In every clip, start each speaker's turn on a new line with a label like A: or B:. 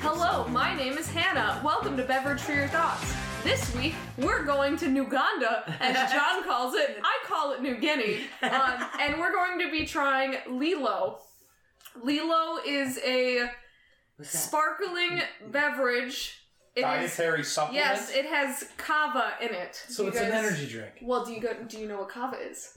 A: Hello, my name is Hannah. Welcome to Beverage for Your Thoughts. This week, we're going to Nuganda, as John calls it. I call it New Guinea. Um, and we're going to be trying Lilo. Lilo is a
B: What's that?
A: sparkling beverage. It is-
C: Dietary supplement.
A: yes, it has kava in it.
D: So
A: You
D: it's an
A: guys-
D: energy drink.
A: Well, do you go, do you know what kava is?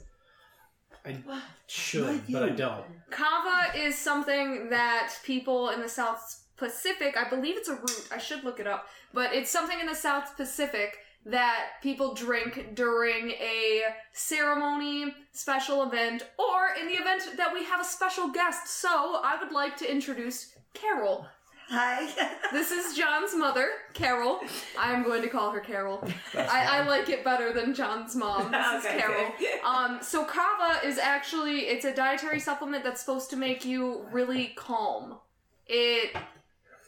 D: Should,
B: Not
D: but I
B: you.
D: don't.
A: Kava is something that people in the South Pacific, I believe it's a root, I should look it up, but it's something in the South Pacific that people drink during a ceremony, special event, or in the event that we have a special guest. So I would like to introduce Carol.
B: Hi.
A: This is John's mother, Carol. I'm going to call her Carol. I, I like it better than John's mom. This
B: Okay,
A: is Carol.
B: good.
A: Um, so kava is actually it's a dietary supplement that's supposed to make you really calm. It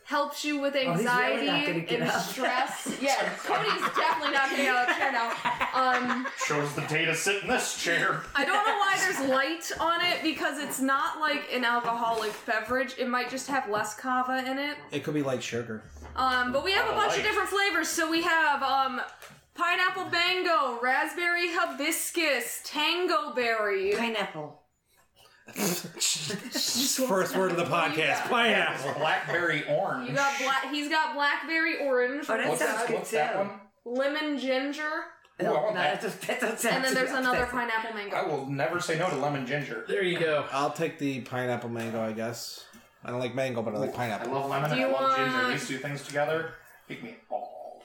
A: helps you with
B: Oh, he's really not
A: anxiety
B: gonna get
A: and
B: up.
A: stress. Yeah, Cody's definitely not getting out of the chair now. Um,
C: Shows the day to sit in this chair.
A: I don't know why there's light on it because it's not like an alcoholic beverage. It might just have less kava in it.
D: It could be like sugar.
A: Um, but we have a
C: Oh,
A: bunch of
C: light.
A: different flavors. So we have um, pineapple mango, raspberry hibiscus, tango berry.
B: Pineapple.
D: First word of the podcast:
A: Yeah.
D: pineapple.
C: Blackberry orange.
A: You got black. He's got blackberry orange,
B: Oh, that
C: What's,
B: sounds good
C: what's that
B: too.
C: one?
A: lemon ginger,
C: Ooh, I want
B: that
C: that.
B: does- that does
A: and then
B: sound
A: there's
B: good.
A: another pineapple
C: I
A: mango.
C: will never say no to lemon ginger.
D: There you go.
E: I'll take the pineapple mango, I guess. I don't like mango, but I like
C: I
E: pineapple.
C: love lemon
A: Do
C: and
A: you
C: I love ginger.
A: want-
C: These two things together make me all.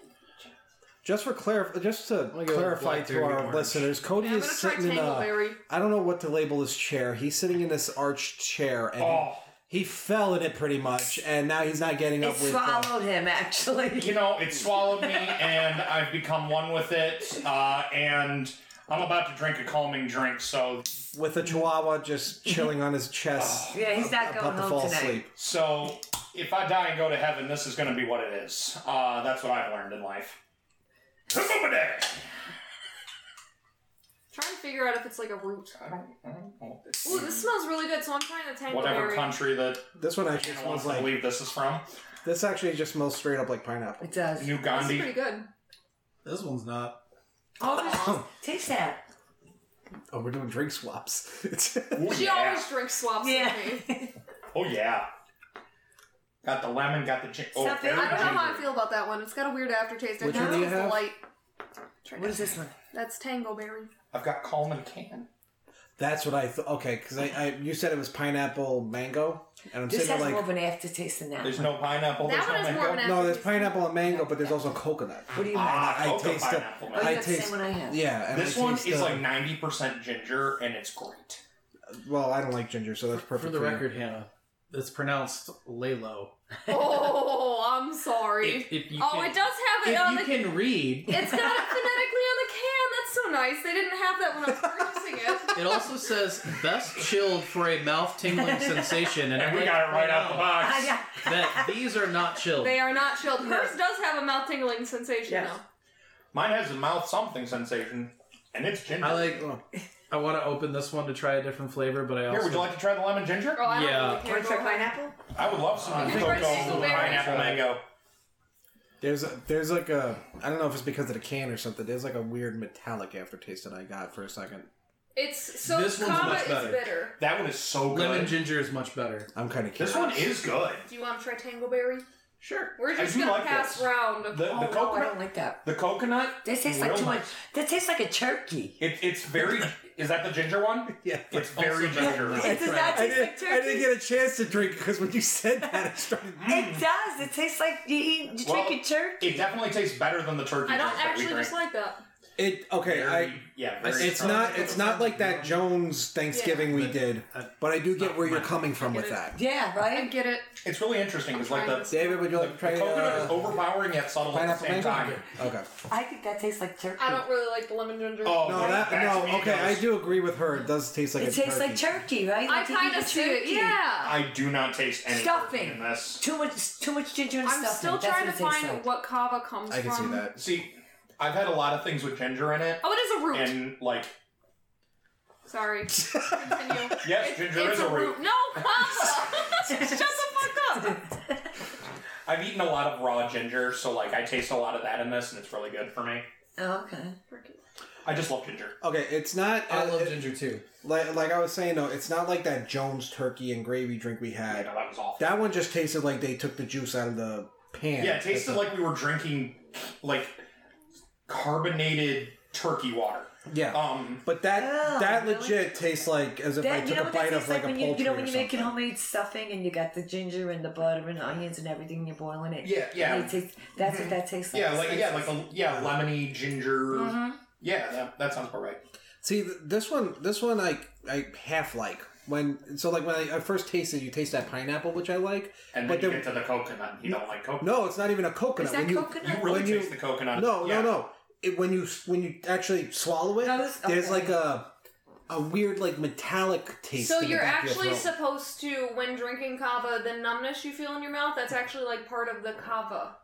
E: Just for clarif- just to
D: gonna go with
E: clarify to
D: blackberry
E: our
D: orange.
E: listeners, Cody
A: Yeah, I'm
E: is
A: gonna try
E: sitting in
A: tango
E: a.
A: berry.
E: I don't know what to label this chair. He's sitting in this arched chair, and
C: Oh,
E: he fell in it pretty much, and now he's not getting
B: It
E: up. with uh,
B: swallowed him, actually.
C: you know, it swallowed me, and I've become one with it. Uh, and I'm about to drink a calming drink, so
E: with a chihuahua just chilling on his chest,
B: Yeah, he's not
E: about
B: going
E: to fall
B: home tonight.
E: asleep.
C: so if I die and go to heaven, this is going to be what it is. Uh, that's what I've learned in life. Kaboom-a-day!
A: Trying to figure out if it's like a root.
C: I don't- I don't know what this
A: Ooh, this smells really good. So I'm trying the tango
C: whatever
A: berry.
C: country that
E: This one actually
C: Hannah wants
E: smells
C: to
E: like.
C: believe this is from.
E: This actually just smells straight up like pineapple.
B: It does.
A: This
C: New
A: is
C: Gandhi.
A: pretty good.
D: This one's not.
B: Oh, taste that.
E: Oh, we're doing drink swaps. It's-
C: Oh
A: She
C: yeah.
A: always drinks swaps
B: Yeah.
A: with me.
C: Oh yeah. Got the lemon. Got the gin- oh,
B: Something-
C: very
A: I don't know
C: ginger.
A: how I feel about that one. It's got a weird aftertaste. I
E: Which
A: think
E: one do you
A: it's the
E: have?
A: light.
B: What is this one?
A: That's tango berry.
C: I've got calm and can.
E: That's what I thought. Okay, because I, I you said it was pineapple mango, and I'm
B: This
E: sitting
B: has
E: there
B: more of
E: like,
B: an aftertaste than that.
C: There's no pineapple.
A: That
C: there's
A: one
C: no
A: is more of an
C: mango.
E: no, there's pineapple and mango, but there's also coconut.
B: What do you mean?
C: Ah,
E: I
C: cocoa
E: taste the-
C: pineapple.
B: Oh,
C: man.
B: you
E: I
B: got the
E: taste-
B: same one I have.
E: Yeah, and
C: this
E: I
C: one
E: taste
C: is
E: the-
C: like 90% ginger, and it's great.
E: Well, I don't like ginger, so that's perfect
D: For the
E: me.
D: record, Hannah, that's pronounced Lalo.
A: Oh, I'm sorry.
D: If, if you
A: oh,
D: can,
A: it does have it
D: If
A: on
D: you
A: the
D: can read,
A: It's got it phonetically on the can. That's so nice. They didn't have that when I was purchasing it.
D: it also says best chilled for a mouth tingling sensation, and,
C: And
D: I'd
C: we
D: like
C: got
D: to
C: it right
D: point
C: out the
B: Ah,
C: box.
B: yeah.
D: That these are not chilled.
A: They are not chilled. Hers does have a mouth tingling sensation
B: Yes.
A: though.
C: Mine has a mouth something sensation, and it's ginger.
D: I like. I want to open this one to try a different flavor, but I also
C: Here, would you like to try the lemon ginger?
A: Oh, I don't
D: Yeah.
A: really care
B: Want to try
A: about that.
B: pineapple?
C: I would love some
D: Uh,
C: cocoa,
A: Fresh single berry.
C: pineapple, mango.
E: there's a, there's like a I don't know if it's because of the can or something. There's like a weird metallic aftertaste that I got for a second.
A: It's so
D: This one's
A: kava
D: much
A: is
D: better.
A: bitter.
C: That one is so good.
D: lemon ginger is much better.
E: I'm kind of
C: This
E: curious.
C: one is good.
A: Do you want to try tangleberry?
C: Sure.
A: We're
C: I
A: just
C: do
A: gonna
C: like
A: pass
C: this.
A: round.
C: The,
B: Oh,
C: the
B: no, I
C: coconut
B: don't like that.
C: The coconut.
B: That tastes like
C: Real
B: too much.
C: nice.
B: That tastes like a turkey.
C: It, it's very. is that the ginger one?
E: Yeah.
C: It's very
D: Also
C: ginger.
B: It does not
E: I
B: taste
E: didn't,
B: like
E: I didn't
B: turkey.
E: get a chance to drink because when you said that, I started.
B: It does. It tastes like you eat, you
C: Well,
B: drink a turkey.
C: It definitely tastes better than the turkey.
A: I don't
C: drink that we
A: actually
C: drink.
A: just like that.
E: It okay. I
C: Very- yeah, very
E: it's
C: strong.
E: not it's not like that Jones Thanksgiving we did, but I do get where you're coming from with that.
B: Yeah,
A: I
B: right.
A: get it.
C: It's really interesting because like
A: trying
C: the,
A: this.
E: David, would you
C: the,
E: like to try
C: the coconut is
E: uh,
C: overpowering yet subtle at the
E: pineapple
C: same time.
E: mango? Okay.
B: I think that tastes like turkey.
A: I don't really like the lemon ginger.
C: Oh
E: No, that,
C: that's where
E: no.
C: it
E: Okay, I
C: goes.
E: do agree with her. It does taste like
B: It
E: a
B: tastes
E: turkey.
B: like turkey, right?
A: I
B: Like you eat
A: kind
B: a
A: of see it.
B: turkey.
A: Yeah.
C: I do not taste any
B: Stuffing.
C: turkey in this.
B: Too much, too much ginger and
A: I'm
B: stuffing.
A: still
B: That's
A: trying to
B: what it tastes
A: find
B: like.
A: what kava comes
E: I can
A: from.
E: see that.
C: See, I've had a lot of things with ginger in it,
A: Oh, it is a root.
C: and like
A: Sorry. Continue.
C: yes, ginger
A: it's
C: is a root.
A: No, Papa! Shut the fuck up!
C: I've eaten a lot of raw ginger, so like I taste a lot of that in this, and it's really good for me.
B: Oh, okay.
C: I just love ginger.
E: Okay, it's not. uh,
F: I love
E: it-
F: ginger too.
E: Like, like I was saying though, it's not like that Jones turkey and gravy drink we
C: Yeah,
E: had.
C: no, that was awful.
E: That one just tasted like they took the juice out of the pan.
C: yeah, it tasted like we were drinking like carbonated turkey water.
E: yeah.
C: Um,
E: But that
B: Oh,
E: that
B: really?
E: legit tastes like as if I
B: That, you
E: took
B: know
E: a
B: what that
E: bite
B: tastes
E: of
B: like
E: like,
B: when
E: a
B: you, you
E: poultry
B: know when
E: or
B: you're making
E: something.
B: homemade stuffing and you got the ginger and the butter and onions and everything and you're boiling it.
C: yeah,
B: And
C: yeah, Mm-hmm.
B: it tastes, that's what that tastes like.
C: yeah, like
B: It's
C: yeah, like a yeah, lemony ginger. Yeah, that, that sounds about right.
E: See th- this one, this one I I half like when so like when I, I first tasted, you taste that pineapple, which I like.
C: And then
E: But
C: you
E: there-
C: get to the coconut. You don't like coconut.
E: No, it's not even a coconut.
B: Is that
E: When you-
B: coconut?
C: you really
E: when you-
C: taste the coconut.
E: No,
C: Yeah.
E: no, no. It, when you when you actually swallow it,
B: No, this-
E: there's
B: okay.
E: like a a weird like metallic taste.
A: So
E: in the
A: you're
E: back of your
A: actually
E: throat.
A: supposed to, when drinking kava, the numbness you feel in your mouth, that's actually like part of the kava.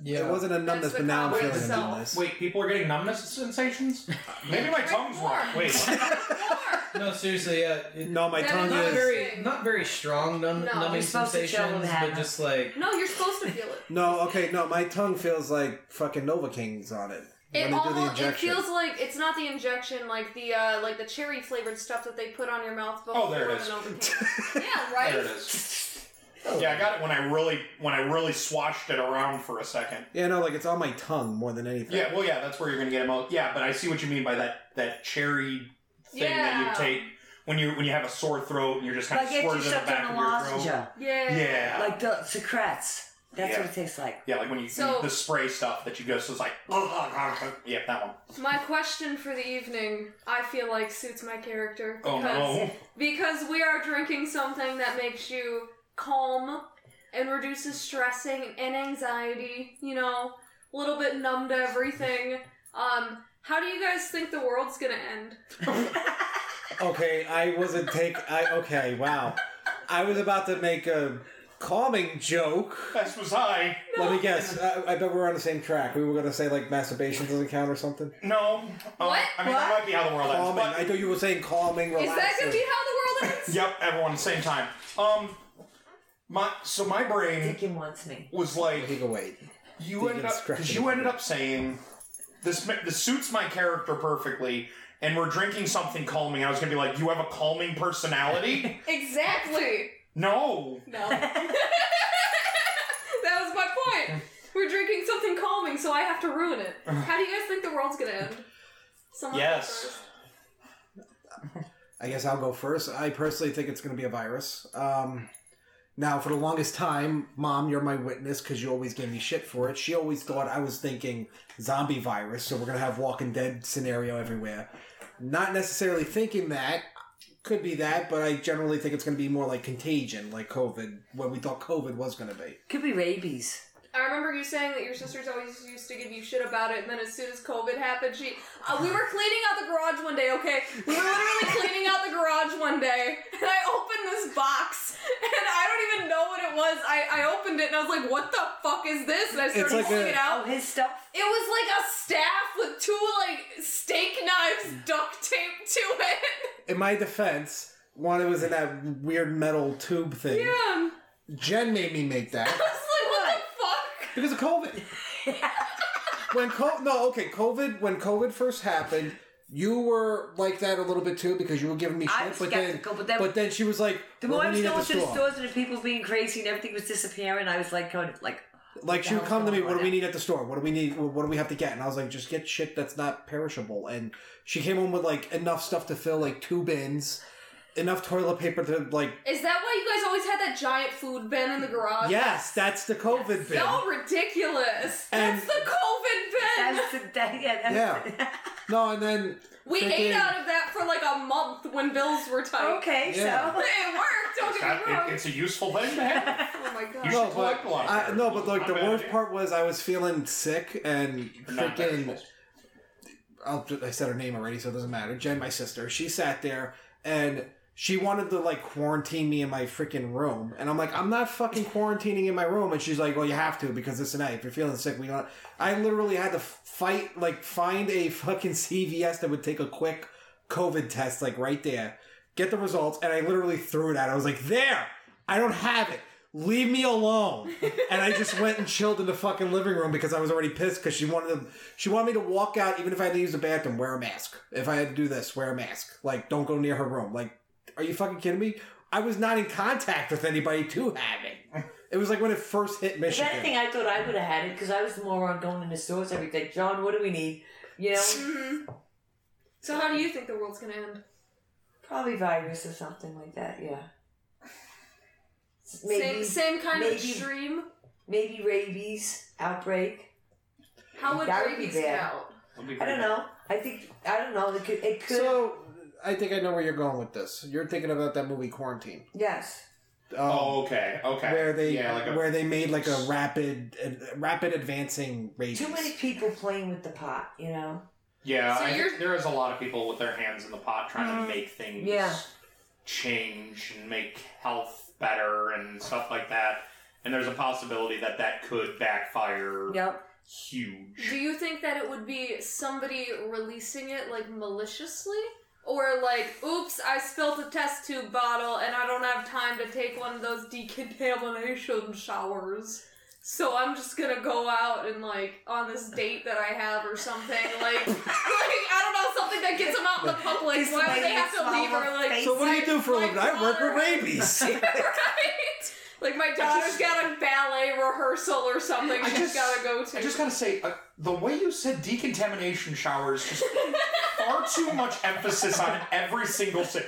F: Yeah,
E: It wasn't a numbness,
A: the
E: but now I'm
A: combo
E: feeling a
A: itself.
E: numbness.
C: Wait, people are getting numbness sensations? Maybe my
A: Drink
C: tongue's
A: more.
C: wrong. Wait, what?
F: no, seriously, yeah. It,
E: No, my
A: That
E: tongue
A: is
F: not
E: is.
F: very, not very strong num-
A: No. You're
F: numbing
B: supposed to chill
F: sensations,
B: with that.
F: but just like
A: No, you're supposed to feel it.
E: No, okay, no, my tongue feels like fucking Novocaine's on it.
A: It
E: when they do the
A: almost it
E: injection.
A: feels like it's not the injection, like the uh like the cherry flavored stuff that they put on your mouth before
C: Oh, there it
A: the
C: is.
A: Novocaine. yeah, right.
C: There it is.
E: Oh.
C: Yeah, I got it when I really when I really swashed it around for a second.
E: yeah, no, like it's on my tongue more than anything.
C: Yeah, well, yeah, that's where you're gonna get it most. Yeah, but I see what you mean by that that cherry thing
A: Yeah.
C: that you take when you when you have a sore throat and you're just kind
B: Like
C: of
B: if you
C: squirted in the
B: shoved
C: back
B: in
C: of
B: a
C: your
B: lozenge.
C: throat.
A: Yeah.
C: Yeah,
B: Like the Socrates. That's
C: Yeah. Mm-hmm.
B: what it tastes like.
C: yeah, like when you
A: So-
C: the spray stuff that you go so it's like yeah that one.
A: My question for the evening, I feel like suits my character
C: Oh
A: because
C: no,
A: because we are drinking something that makes you calm and reduces stressing and anxiety. You know, a little bit numb to everything. Um, how do you guys think the world's gonna end?
E: Okay, I wasn't take. I okay, wow. I was about to make a calming joke.
C: as was I.
E: Let me guess. uh, I, I bet we're on the same track. We were gonna say like masturbation doesn't count or something.
C: No, Uh,
A: What?
C: I mean that might be how the world ends.
E: Calming.
C: But
E: Oh, I thought you were saying calming. Relaxing.
A: Is that gonna be how the world ends?
C: Yep, everyone same time. Um, my so my brain
B: Deacon wants me.
C: was like
E: Take away.
C: you ended
E: can
C: up
E: scratch
C: because
E: it
C: you
E: up.
C: ended up saying this ma- this suits my character perfectly, and we're drinking something calming. I was gonna be like, you have a calming personality.
A: Exactly.
C: no,
A: No. that was my point. We're drinking something calming, so I have to ruin it. How do you guys think the world's gonna end? Someone
C: Yes.
A: first.
E: I guess I'll go first. I personally think it's going to be a virus. Um, now, for the longest time, Mom, you're my witness because you always gave me shit for it. She always thought I was thinking zombie virus, so we're going to have Walking Dead scenario everywhere. Not necessarily thinking that. Could be that, but I generally think it's going to be more like contagion, like COVID, what we thought COVID was going to be.
B: Could be rabies.
A: I remember you saying that your sisters always used to give you shit about it, and then as soon as COVID happened, she. Uh, we were cleaning out the garage one day, okay? We were literally cleaning out the garage one day, and I opened this box, and I don't even know what it was. I, I opened it, and I was like, what the fuck is this? And I started
E: like
A: pulling
E: a-
A: it out.
B: Oh, his stuff.
A: It was like a staff with two, like, steak knives duct taped to it.
E: In my defense, one, it was in that weird metal tube thing.
A: Yeah.
E: Jen made me make that.
A: I was like, what the fuck?
E: Because of COVID. when co- no, okay, COVID. When COVID first happened, you were like that a little bit too because you were giving me shit.
B: I was
E: but
B: skeptical,
E: then,
B: but then-
E: she was like,
B: The
E: well,
B: more I
E: when
B: was
E: you get
B: going
E: the
B: to the
E: store?
B: stores and the people being crazy and everything was disappearing, I was like, kind of like,
E: Like she would come to me, what do we
B: need?
E: need at the store? What do we need? What do we have to get? And I was like, just get shit that's not perishable. And she came home with like enough stuff to fill like two bins, enough toilet paper to like.
A: Is that why you guys always had that giant food bin in the garage?
E: Yes, that's the COVID bin.
A: So ridiculous.
E: And-
A: That's the COVID bin.
B: That's the, that, yeah, that's
E: Yeah. No, and then
A: We ate
E: freaking-
A: out of that for like a month when bills were tight.
B: okay,
E: Yeah.
A: It
B: so.
A: worked, don't
C: it's,
A: get
C: got,
A: me wrong.
C: it, it's a useful thing to have.
A: oh my god.
C: You
E: No,
C: should
E: but
C: collect a lot. Of
E: I, no, but like the worst
C: part.
E: part was I was feeling sick and freaking. I'll, ju- I said her name already, so it doesn't matter. Jen, my sister, she sat there and she wanted to like quarantine me in my freaking room, and I'm like, I'm not fucking quarantining in my room, and she's like, Well, you have to because this and that. If you're feeling sick, we don't. I literally had to fight, like, find a fucking CVS that would take a quick COVID test, like right there, get the results, and I literally threw it out. I was like, There, I don't have it. leave me alone. and I just went and chilled in the fucking living room because I was already pissed because she wanted to, she wanted me to walk out even if I had to use the bathroom, wear a mask. If I had to do this, wear a mask. Like, don't go near her room. Like, are you fucking kidding me? I was not in contact with anybody to have it. It was like when it first hit
B: If
E: Michigan.
B: anything, I thought I would have had it because I was the moron going into stores every day. John, what do we need? You know,
A: Mhm. So how do you think the world's gonna end?
B: probably virus or something like that. Yeah.
A: same
B: Maybe
A: same kind of
B: maybe-
A: extreme.
B: maybe rabies outbreak.
A: How would
B: That would be
A: rabies
B: bad.
A: get out?
B: I don't know. I think I don't know. It could. It could
E: So I think I know where you're going with this. You're thinking about that movie Quarantine.
B: yes.
E: Um,
C: Oh, okay, okay.
E: Where they
C: yeah, like a,
E: where they made like a rapid a rapid advancing rabies.
B: Too many people playing with the pot. You know.
C: yeah.
A: So
C: I think
A: you're-
C: there is a lot of people with their hands in the pot trying
A: Mm.
C: to make things
B: Yeah.
C: change and make health better and stuff like that. And there's a possibility that that could backfire
B: Yep.
C: huge.
A: Do you think that it would be somebody releasing it like maliciously? Or like, oops, I spilt a test tube bottle and I don't have time to take one of those decontamination showers. So I'm just gonna go out and like on this date that I have or something. Like, like I don't know, something that gets them out in the public.
B: Just
A: Why
B: like
A: would they have to
B: smell
A: leave her
B: her
A: like
B: face.
E: So what do you do for a
A: my
E: living? I work with
A: daughter-
E: rabies.
A: right? Like my daughter's got a ballet rehearsal or something
C: I
A: she's
C: just-
A: gotta go to.
C: I just gotta say, uh, the way you said decontamination showers just far too much emphasis on every single thing.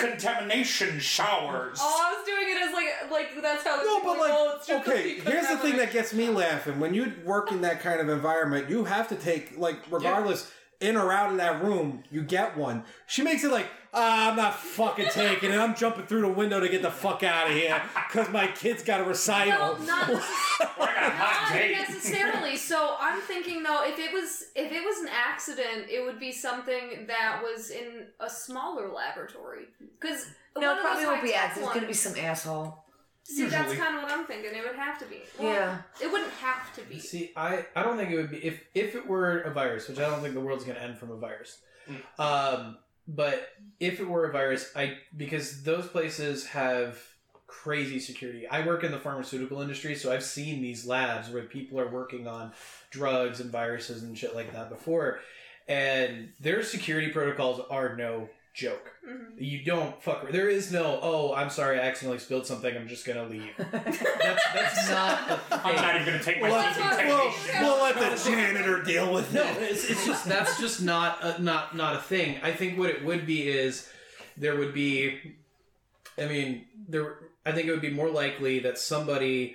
C: Decontamination showers.
A: Oh, I was doing it as like like that's how.
E: No, but
A: oh, it's
E: like,
A: just
E: okay.
A: because
E: Here's the
A: I'm
E: thing
A: like-
E: that gets me laughing. When you work in that kind of environment, you have to take like, regardless, in or out of that room, you get one. She makes it like, ah, I'm not fucking taking it. I'm jumping through the window to get the fuck out of here because my kid's got a
A: No,
E: recital.
A: not,
C: We're gonna
A: not
C: hot date.
A: necessarily. So I'm thinking though, if it was if it was an accident, it would be something that was in a smaller laboratory. Because
B: No, it probably won't be
A: ads.
B: ads. It's gonna be some asshole.
A: See, that's
C: Usually.
A: kind of what I'm thinking. It would have to be.
B: Yeah.
A: It wouldn't have to be.
F: See, I, I don't think it would be if if it were a virus, which I don't think the world's going to end from a virus. Um, but if it were a virus, I because those places have crazy security. I work in the pharmaceutical industry, so I've seen these labs where people are working on drugs and viruses and shit like that before, and their security protocols are no joke.
A: Mhm.
F: You don't fuck. There is no. Oh, I'm sorry, I accidentally spilled something. I'm just gonna leave. That's, that's not the thing.
C: I'm not even gonna take my
E: Well,
A: that's-
E: We'll,
C: decontamination
E: we'll let the janitor deal with
F: No,
E: it.
F: it's, it's just that's just not a, not not a thing. I think what it would be is there would be, I mean, there. I think it would be more likely that somebody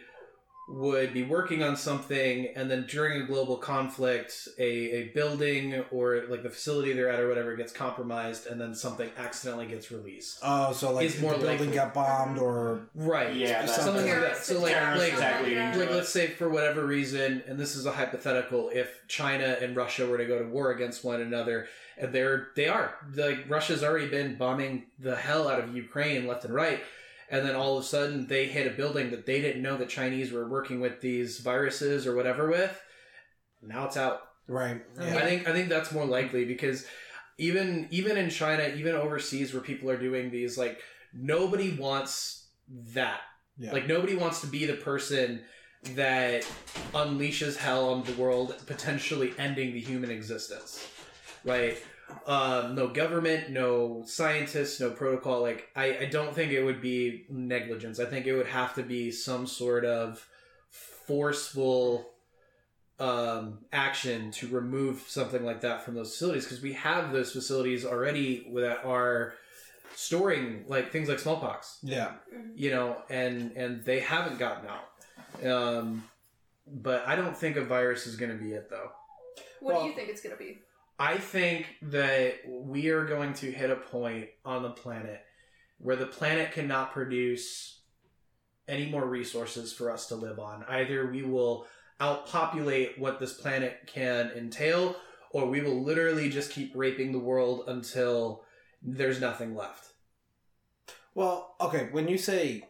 F: would be working on something, and then during a global conflict, a, a building or like the facility they're at or whatever gets compromised, and then something accidentally gets released.
E: Oh, so like
F: It's
E: the
F: more
E: building
F: likely.
E: got bombed or
F: Right.
C: Yeah, that's
F: something like
E: Terrorist
F: that. So
A: attack
F: like
A: or
C: Terrorists
A: something
F: like
C: exactly.
A: like that.
F: like let's say for whatever reason and this is a hypothetical if china and russia were to go to war against one another and they're they are like russia's already been bombing the hell out of ukraine left and right and then all of a sudden they hit a building that they didn't know the chinese were working with these viruses or whatever with now it's out
E: right.
F: I think I think that's more likely because even even in China, even overseas where people are doing these, like nobody wants that.
E: Yeah.
F: Like nobody wants to be the person that unleashes hell on the world, potentially ending the human existence. Right? Um, no government, no scientists, no protocol. Like I, I don't think it would be negligence. I think it would have to be some sort of forceful um, action to remove something like that from those facilities because we have those facilities already that are storing like things like smallpox,
E: Yeah.
F: you know, and and they haven't gotten out. Um, but I don't think a virus is going to be it though.
A: What
E: Well-
A: do you think it's gonna be?
F: I think that we are going to hit a point on the planet where the planet cannot produce any more resources for us to live on. Either we will outpopulate what this planet can entail, or we will literally just keep raping the world until there's nothing left.
E: Well, okay, when you say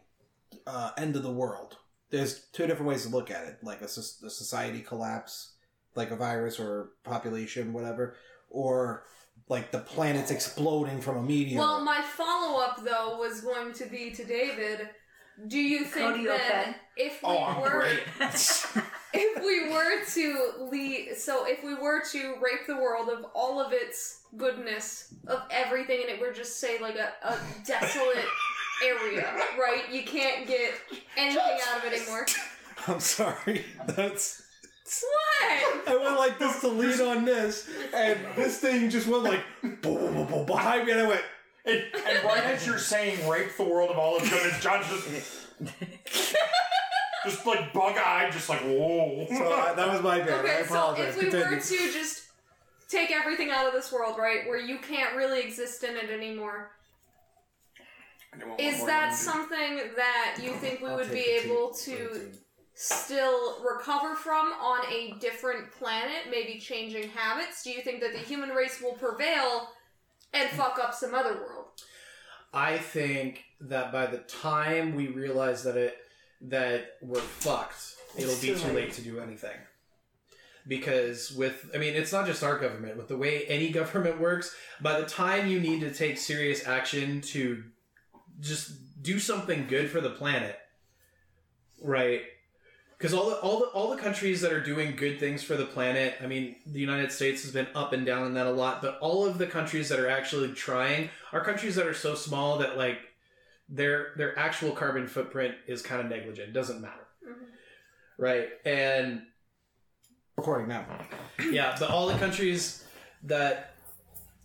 E: uh, end of the world, there's two different ways to look at it like a, soc- a society collapse, like a virus or population, whatever, or like the planet's exploding from a meteor.
A: Well, my follow up though was going to be to David. Do you think
G: Cody
A: that
G: Open.
A: if we
C: Oh, I'm
A: were
C: great.
A: if we were to lead, so if we were to rape the world of all of its goodness, of everything, and it were just say like a, a desolate area, right? You can't get anything out of it anymore.
E: I'm sorry. That's
A: What?
E: I went like this to lean on this, and this thing just went like boom, boom, boom, boom, behind me, and I went.
C: And, and right as you're saying rape the world of all its goodness, John just. just like bug eyed, just like, whoa.
E: So I, "Uh, that was my bad. I
A: Okay, so if
E: apologize.
A: we were
E: Continue.
A: to just take everything out of this world, right, where you can't really exist in it anymore, is that something that you think we would be able to still recover from on a different planet, maybe changing habits? Do you think that the human race will prevail and fuck up some other world?
F: I think that by the time we realize that it that we're fucked, it'll be too late to do anything. Because with I mean, it's not just our government, with the way any government works, by the time you need to take serious action to just do something good for the planet, right? Because all the, all the all the countries that are doing good things for the planet, I mean, the United States has been up and down in that a lot, but all of the countries that are actually trying are countries that are so small that like their their actual carbon footprint is kind of negligent. It doesn't matter, right? And
E: recording now.
F: yeah, but all the countries that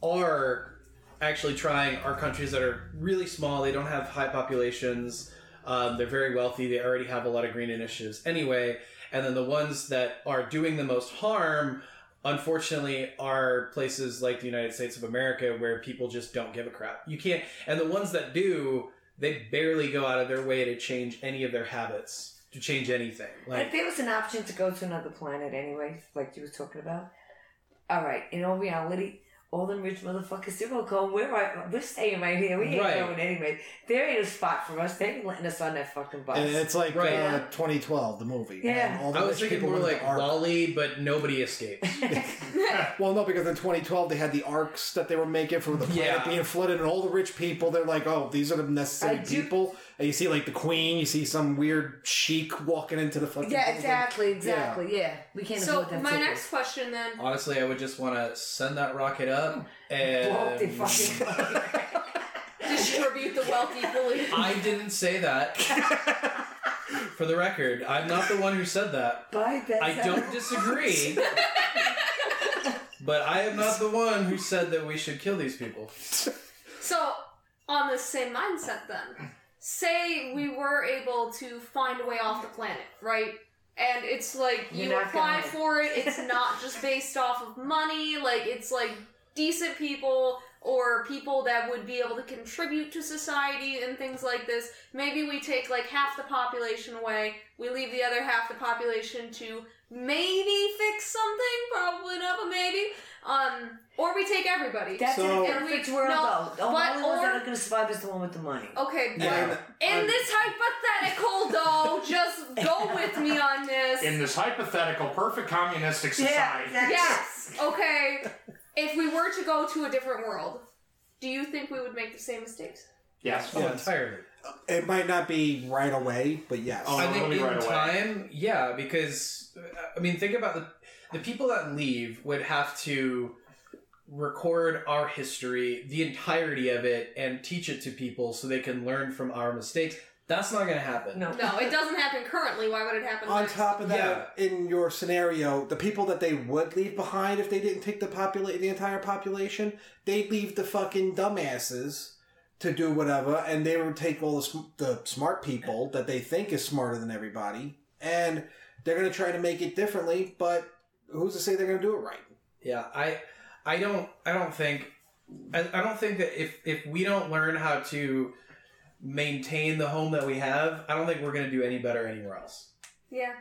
F: are actually trying are countries that are really small. They don't have high populations. Um, they're very wealthy. They already have a lot of green initiatives anyway. And then the ones that are doing the most harm, unfortunately, are places like the United States of America where people just don't give a crap. You can't. And the ones that do, they barely go out of their way to change any of their habits, to change anything.
B: If
F: Like,
B: there was an option to go to another planet anyway, like you was talking about, all right. In all reality, all them rich motherfuckers they're gonna go. We're right, we're staying right here. We ain't
F: Right.
B: going anyway. There ain't a spot for us. They ain't letting us on that fucking bus.
E: And it's like
F: Right.
E: uh, 2012, the movie.
B: Yeah.
E: And all the
F: I was
E: rich
F: thinking
E: people
F: more
E: went to
F: like
E: the Ark.
F: Wally, but nobody escapes.
E: Well, no, because in 2012 they had the arcs that they were making from the planet
F: Yeah.
E: being flooded, and all the rich people they're like, "Oh, these are the necessary
B: I do-
E: people." And you see like the queen, you see some weird sheik walking into the fucking.
G: Yeah,
E: building.
G: exactly, exactly. Yeah, we can't
A: So
G: afford that.
A: my
G: ticket.
A: next question then
F: Honestly, I would just want to send that rocket up
B: Walk Oh, the
F: and.
B: fucking.
A: distribute the wealth equally.
F: I didn't say that. For the record, I'm not the one who said that.
B: Bye, Beth.
F: I don't disagree. But I am not the one who said that we should kill these people.
A: So, on the same mindset, then, say we were able to find a way off the planet, right? And it's like you
B: You're not
A: apply
B: gonna.
A: for it, it's not just based off of money, like, it's like decent people or people that would be able to contribute to society and things like this. Maybe we take like half the population away, we leave the other half the population to maybe fix something, probably not, but maybe. Um, or we take everybody.
B: That's so,
E: So-
B: an perfect world,
A: No,
B: though. The
A: but-
B: only ones that
A: or-
B: are gonna survive is the one with the money.
G: Oh,
A: Okay, but
E: Yeah.
A: in
E: I'm-
A: this hypothetical, though, just go with me on this.
C: In this hypothetical, perfect communistic society.
G: Yeah, exactly.
A: yes, okay. If we were to go to a different world, do you think we would make the same mistakes?
C: Yes.
F: Oh,
E: Yes.
F: entirely.
E: It might not be right away, but yes.
C: Oh,
F: I
C: it'll
F: think
C: be
F: in
C: right away.
F: time, yeah, because uh, I mean, think about the the people that leave would have to record our history, the entirety of it, and teach it to people so they can learn from our mistakes. That's not going to happen.
B: No.
A: No, it doesn't happen currently. Why would it happen?
E: On
A: next?
E: top of that, in your scenario, the people that they would leave behind if they didn't take the popula- the entire population, they'd leave the fucking dumbasses to do whatever, and they would take all the, sm- the smart people that they think is smarter than everybody, and they're gonna try to make it differently. But who's to say they're gonna do it right?
F: Yeah, I, I don't, I don't think, I, I don't think that if if we don't learn how to maintain the home that we have, I don't think we're going to do any better anywhere else.
A: yeah.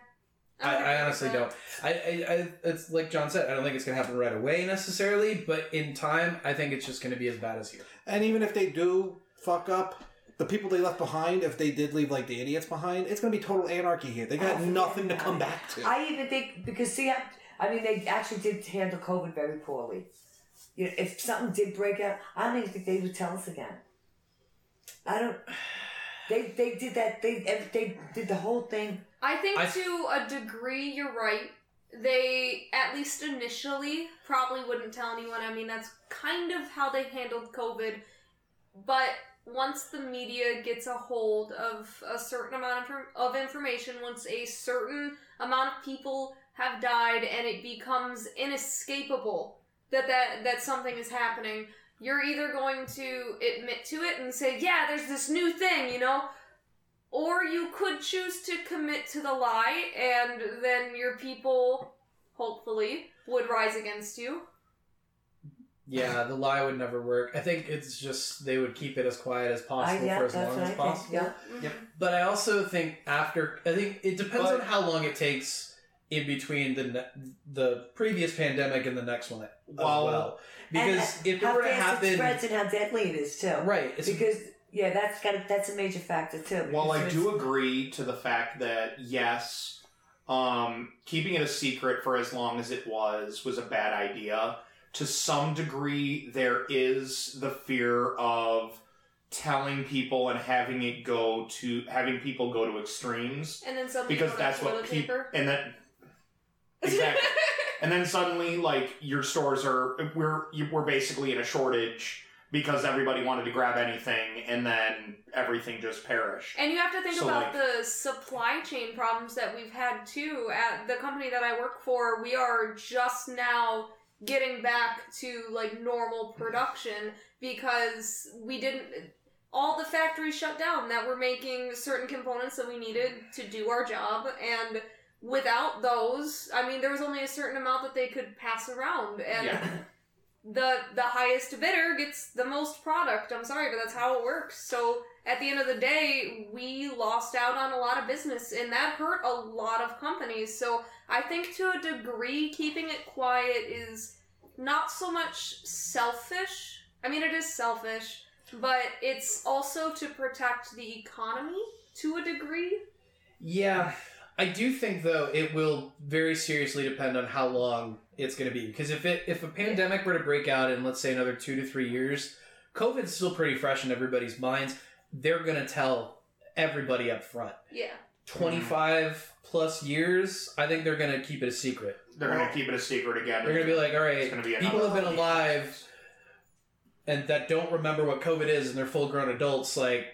F: I,
A: Okay.
F: I
B: Uh,
F: honestly don't. I, I, I, it's like John said. I don't think it's gonna happen right away necessarily, but in time, I think it's just gonna be as bad as here.
E: And even if they do fuck up. The people they left behind, if they did leave like the idiots behind, it's gonna be total anarchy here. They got
B: Oh,
E: nothing to
B: yeah.
E: come back to.
B: I even think because see, I, I mean, they actually did handle COVID very poorly. You know, if something did break out, I don't even think they would tell us again. I don't. They they did that. They ev- they did the whole thing.
A: I think
F: I-
A: to a degree you're right. They at least initially probably wouldn't tell anyone. I mean, that's kind of how they handled COVID. But once the media gets a hold of a certain amount of, infor- of information, once a certain amount of people have died and it becomes inescapable that that, that something is happening, you're either going to admit to it and say, "Yeah, there's this new thing," you know, or you could choose to commit to the lie, and then your people, hopefully, would rise against you.
F: Yeah, the lie would never work. I think it's just they would keep it as quiet as possible
B: I, yeah,
F: for as
B: that's
F: long
B: what
F: as
B: I
F: possible.
B: think. Yeah.
A: Mm-hmm.
F: But I also think after I think it depends
C: But-
F: on how long it takes in between the ne- the previous pandemic and the next one as
C: Well-
F: well. Because
B: And, uh,
F: if it
B: how
F: were to
B: fast it
F: happen,
B: spreads and how deadly it is too.
F: right? It's,
B: Because yeah, that's got that's a major factor too.
C: While I
B: because
C: do
B: it's-
C: agree to the fact that yes, um, keeping it a secret for as long as it was was a bad idea. To some degree, there is the fear of telling people and having it go to having people go to extremes
A: And then suddenly,
C: because
A: you don't have
C: that's what
A: toilet
C: people
A: paper.
C: and that exactly. and then suddenly, like your stores are we're you, we're basically in a shortage because everybody wanted to grab anything, and then everything just perished.
A: And you have to think
C: So,
A: about the supply chain problems that we've had too. At the company that I work for, we are just now getting back to like normal production because we didn't all the factories shut down that were making certain components that we needed to do our job and without those i mean there was only a certain amount that they could pass around and
C: Yeah.
A: the the highest bidder gets the most product. I'm sorry, but that's how it works. So at the end of the day, we lost out on a lot of business, and that hurt a lot of companies. So I think to a degree, keeping it quiet is not so much selfish. I mean, it is selfish, but it's also to protect the economy to a degree.
F: yeah. I do think though it will very seriously depend on how long it's going to be. Because if it if a pandemic were to break out in let's say another two to three years, COVID's still pretty fresh in everybody's minds. They're going to tell everybody up front.
A: Yeah.
F: 25 plus years, I think they're going to keep it a secret.
C: They're gonna keep it a secret again.
F: They're going to be like, all
C: it's
F: right,
C: gonna be
F: people have
C: another-
F: been alive and that don't remember what COVID is and they're full grown adults, like,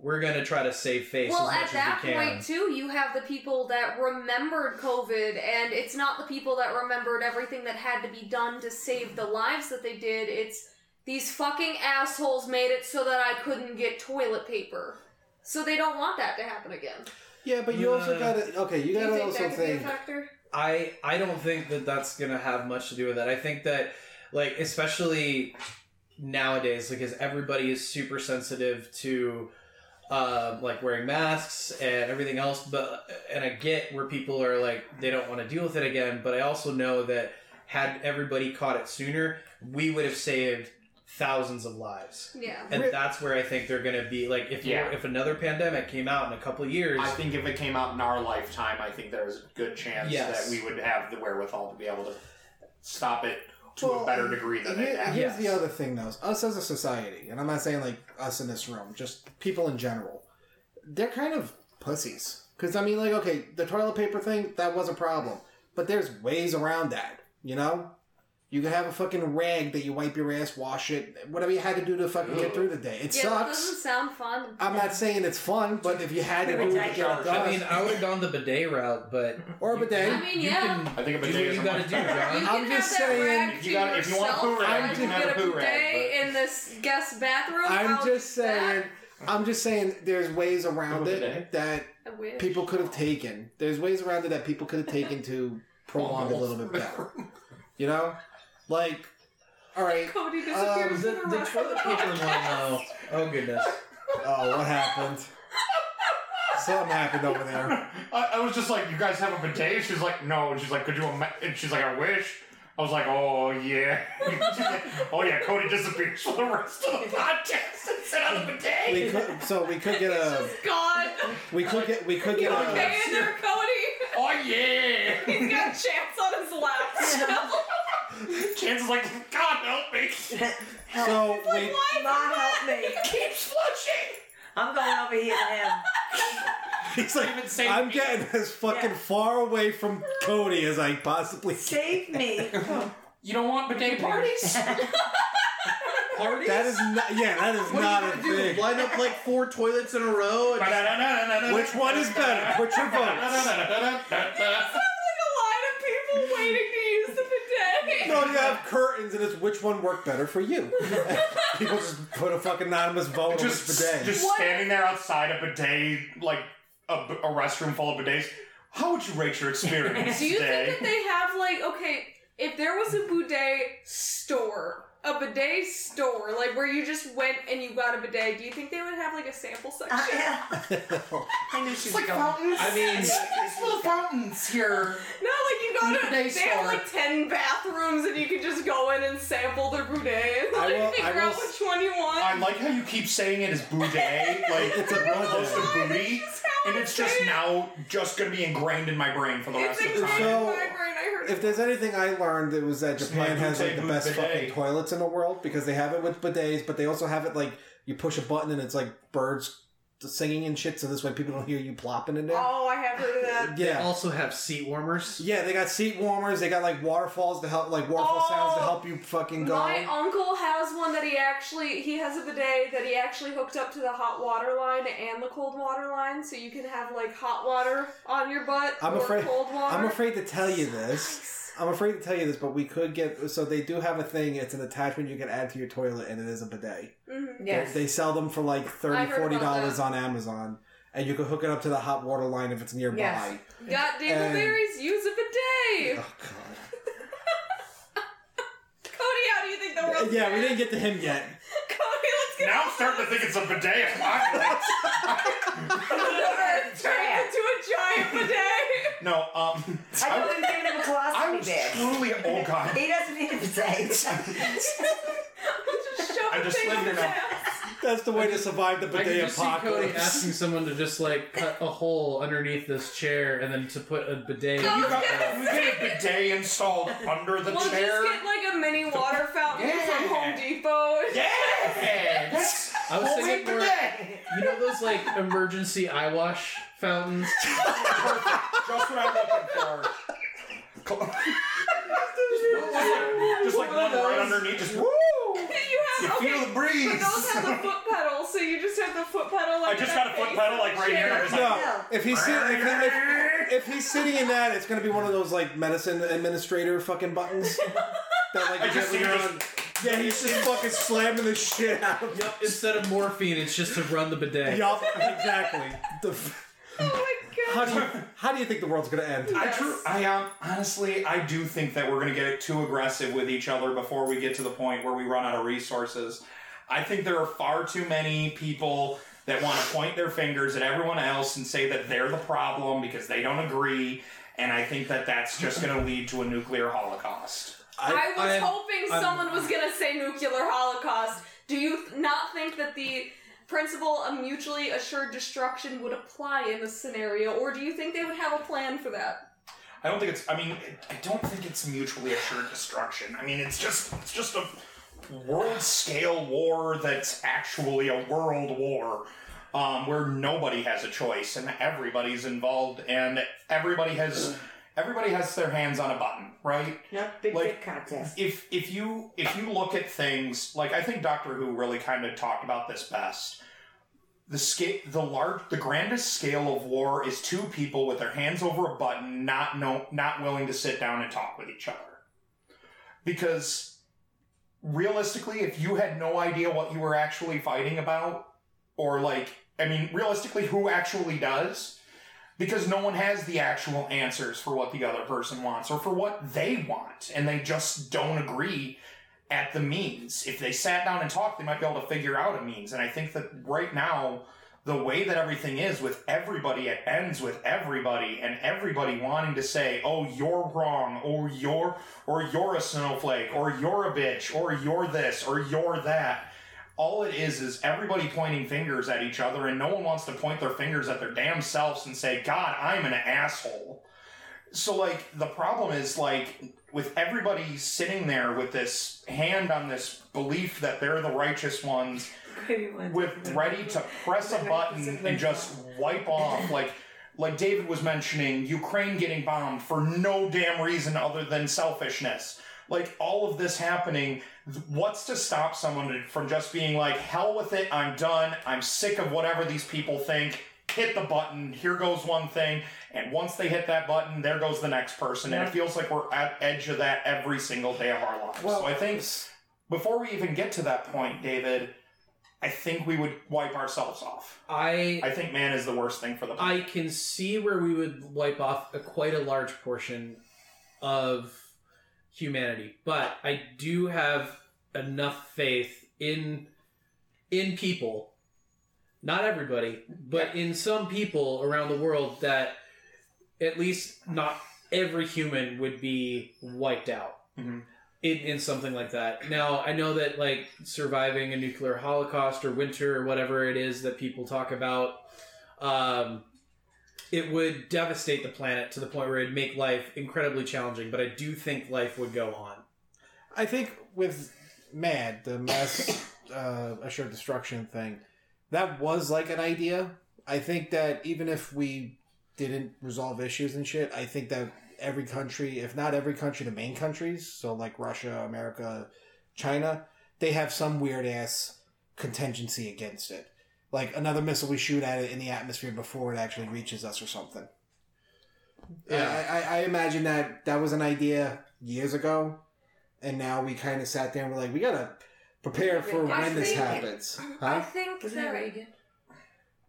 F: we're going to try to save face
A: Well,
F: as much
A: at that
F: as we can.
A: point too, you have the people that remembered COVID, and it's not the people that remembered everything that had to be done to save the lives that they did. It's these fucking assholes made it so that I couldn't get toilet paper, so they don't want that to happen again.
E: Yeah, but you also
F: Uh,
E: gotta okay.
A: Do
E: You gotta
A: you think
E: also
A: that could
E: think
A: be a factor?
F: I, I don't think that that's going to have much to do with that. I think that, like, especially nowadays, because everybody is super sensitive to um, like wearing masks and everything else. But and I get where people are like they don't want to deal with it again. But I also know that had everybody caught it sooner, we would have saved thousands of lives.
A: Yeah.
F: And
E: Re-
F: that's where I think they're going to be. Like if
C: Yeah.
F: if another pandemic came out in a couple of years,
C: I think if it came out in our lifetime, I think there was a good chance
F: Yes.
C: that we would have the wherewithal to be able to stop it to
E: Well,
C: a better degree than they
E: Here-
C: have.
E: here's the
F: Yes.
E: other thing, though. Us as a society, and I'm not saying like us in this room, just people in general, they're kind of pussies. Because I mean, like, okay, the toilet paper thing that was a problem, but there's ways around that. You know, you can have a fucking rag that you wipe your ass, wash it, whatever you had to do to fucking get through the day. It
A: yeah, that
E: sucks.
A: doesn't sound fun.
E: I'm not saying it's fun, but if you had to do it to get it done,
F: I mean I would have gone the bidet route, but
E: or a bidet.
A: I mean,
F: you
A: yeah.
F: can
C: I think a
F: do
C: bidet
F: what
C: is
F: you
C: a
F: got to
C: much
F: do,
C: better-
A: You
F: John.
E: I'm
A: can
E: just
A: have that
E: saying-
A: rag
C: If
A: to
C: you got- if you want a
A: yourself,
C: poo rag,
A: and
E: you
A: you
E: can
C: have a
A: get a
C: poo rag,
A: bidet in this guest bathroom.
E: I'm
A: I'll
E: just
A: do that.
E: saying. I'm just saying. There's ways around
C: Over
E: it
C: bidet.
E: that
A: I wish.
E: people could have taken. There's ways around it that people could have taken to prolong it a little bit better. You know, like, all right.
A: Cody
E: Um,
A: disappears
F: The,
A: in a
F: the
A: rock.
F: toilet paper one though. Oh goodness.
E: Oh, what happened? Something happened over there.
C: I, I was just like, you guys have a bidet? She's like, no. And she's like, could you? Ima-? And she's like, I wish. I was like, oh yeah, oh yeah. Cody disappears for the rest of the podcast and set out a
E: We
C: bidet.
E: could, so we could get
A: It's
E: a.
A: just gone.
E: We could get. We could get
A: You
E: a.
A: okay in there, Cody?
C: Oh yeah.
A: He's got chance on his lap.
C: Chance is like, God help me.
E: So we.
B: Ma, help me!
C: Keeps flushing.
B: I'm going over here to him.
E: He's like,
C: Even Saint
E: I'm
C: Pete-
E: getting as fucking
B: Yeah.
E: far away from Cody as I possibly can.
B: Save me.
C: You don't want bidet parties?
F: Parties?
E: That is not, yeah, that is
F: what
E: not
F: are you
E: a
F: gonna do?
E: thing.
F: Line up like four toilets in a row? And just-
E: Which one is better? Put your votes.
A: like a line of people waiting to use the bidet.
E: No, you have curtains, and it's which one worked better for you. People just put a fucking anonymous vote on
C: just
E: which bidet.
C: just
A: What?
C: standing there outside a bidet, like a, a restroom full of bidets. How would you rate your experience
A: Do you
C: today?
A: think that they have like okay, if there was a bidet store, a bidet store, like where you just went and you got a bidet, do you think they would have like a sample section?
B: Uh, yeah. I knew she was going.
C: fountains.
F: I mean-
C: it's little fountains here.
A: No, like you go to
C: Bidet
A: they
C: store.
A: have like ten bathrooms and you can just go in and sample their bidet and
E: I
A: like,
E: will- I
A: figure
E: will
A: out
E: s-
A: which one you want.
C: I like how you keep saying it is boudet, like
E: It's a
C: real close to
E: boudet.
C: booty,
A: That's how
C: and
A: I
C: it's
A: say
C: just
A: it.
C: now just gonna be ingrained in my brain for the
A: It's
C: rest
A: like
C: of the time.
E: So-
A: in my brain. I heard
E: If there's anything I learned, it was that
C: Just
E: Japan
C: make
E: has like the
C: bidet,
E: best
C: bidet.
E: fucking toilets in the world because they have it with bidets, but they also have it like you push a button and it's like birds singing and shit, so this way people don't hear you plopping in there.
A: Oh, I have heard of that.
E: Yeah.
F: also have seat warmers.
E: Yeah, they got seat warmers. They got like waterfalls to help, like waterfall
A: Oh,
E: sounds to help you fucking go.
A: My uncle has one that he actually he has a bidet that he actually hooked up to the hot water line and the cold water line, so you can have like hot water on your butt
E: I'm
A: or
E: afraid-
A: cold water.
E: I'm afraid to tell you this. I'm afraid to tell you this, but we could get. So they do have a thing. It's an attachment you can add to your toilet, and it is a bidet.
A: Mhm.
B: Yes.
E: They sell them for like
A: I
E: 30
A: heard about
E: 40 dollars
A: that.
E: on Amazon, and you can hook it up to the hot water line if it's nearby.
B: Yes.
A: Got dingleberries, use a bidet.
E: Oh god.
A: Cody, how do you think the world?
E: Yeah, we didn't get to him yet.
A: Cody, let's get
C: Now I'm starting to think it's a bidet apocalypse.
A: Earth turned into a giant bidet.
C: no, um,
B: I
C: I,
B: couldn't give him a
C: I
B: colostomy
C: was
B: bag.
C: truly, oh god,
B: He doesn't need a bidet.
A: just shove
C: I just
A: things
C: slid it
A: down.
E: That's the way to survive the
F: I can
E: bidet
F: just see Cody
E: apocalypse.
F: asking someone to just like cut a hole underneath this chair and then to put a bidet.
A: Go
C: you
A: get
C: got, you get a bidet installed under the
A: We'll
C: chair.
A: just get like a mini water fountain from Home Depot.
C: yeah, that's
F: I was thinking more,
C: bidet.
F: you know those like emergency eye wash fountains.
C: Just what I'm looking for. just, like, just like one right underneath, just woo.
A: You
C: You
A: have okay.
C: feel the
A: But
C: breeze.
A: those have the foot pedal, so you just have the foot pedal.
C: I
A: Like
C: just
A: in a
C: got a foot
A: face
C: pedal
A: on
C: like
A: the
C: right here.
A: chair.
C: I'm just like,
E: If he's sit- if, he- if- if he's sitting in that, it's gonna be one of those like medicine administrator fucking buttons that like
C: I
E: you
C: just
E: get
C: see
E: when
C: him
E: you're on- Yeah, he's just fucking slamming the shit out of
F: Yep, instead of morphine, it's just to run the bidet.
E: Yup, exactly. The f-
A: Oh my
E: how do you how do you think the world's gonna end?
C: I
A: Yes.
C: true. I um, honestly, I do think that we're gonna get too aggressive with each other before we get to the point where we run out of resources. I think there are far too many people that want to point their fingers at everyone else and say that they're the problem because they don't agree, and I think that that's just gonna lead to a nuclear holocaust.
A: I, was
F: I'm-
A: hoping
F: I'm-
A: someone was gonna say nuclear holocaust. Do you th- not think that the principle of mutually assured destruction would apply in this scenario, or do you think they would have a plan for that?
C: I don't think it's. I mean, it- I don't think it's mutually assured destruction. I mean, it's just it's just a world scale war that's actually a world war. Um, where nobody has a choice and everybody's involved and everybody has everybody has their hands on a button, right?
B: no, big
C: Like-
B: dick contest.
C: if if you if you look at things like I think Doctor Who really kind of talked about this best. The scale, the large, the grandest scale of war is two people with their hands over a button, not no, not willing to sit down and talk with each other. Because realistically, if you had no idea what you were actually fighting about, or like, I mean, realistically, who actually does? Because no one has the actual answers for what the other person wants or for what they want, and they just don't agree at the means. If they sat down and talked, they might be able to figure out a means. And I think that right now, the way that everything is with everybody, it ends with everybody, and everybody wanting to say, "Oh, you're wrong," or "You're," or "You're a snowflake," or "You're a bitch," or "You're this," or "You're that." all it is is everybody pointing fingers at each other and no one wants to point their fingers at their damn selves and say god i'm an asshole so like the problem is like with everybody sitting there with this hand on this belief that they're the righteous ones
B: Brady went
C: with ready to press a button and just wipe off like like David was mentioning Ukraine getting bombed for no damn reason other than selfishness. Like all of this happening, th- what's to stop someone from just being like, hell with it, I'm done, I'm sick of whatever these people think, hit the button, here goes one thing, and once they hit that button, there goes the next person. And it feels like we're at edge of that every single day of our lives. so I think before we even get to that point, David, I think we would wipe ourselves off.
F: I
C: I think man is the worst thing for the
F: I can see where we would wipe off a, quite a large portion of humanity, but I do have enough faith in in people, not everybody, but in some people around the world that at least not every human would be wiped out
C: Mhm.
F: in, in something like that. Now, I know that like surviving a nuclear holocaust or winter or whatever it is that people talk about um, it would devastate the planet to the point where it'd make life incredibly challenging. But I do think life would go on.
E: I think with Mad, the mass uh, assured destruction thing, that was like an idea. I think that even if we didn't resolve issues and shit, I think that every country, if not every country, the main countries, so like Russia, America, China, they have some weird ass contingency against it. Like another missile we shoot at it in the atmosphere before it actually reaches us or something.
F: Uh,
D: Yeah.
E: I, I, I imagine that that was an idea years ago and now we kind of sat there and we're like, we gotta prepare for
B: I
E: when this
B: think-
E: happens,
A: I
E: huh?
A: think
B: Wasn't that
A: that
B: Reagan?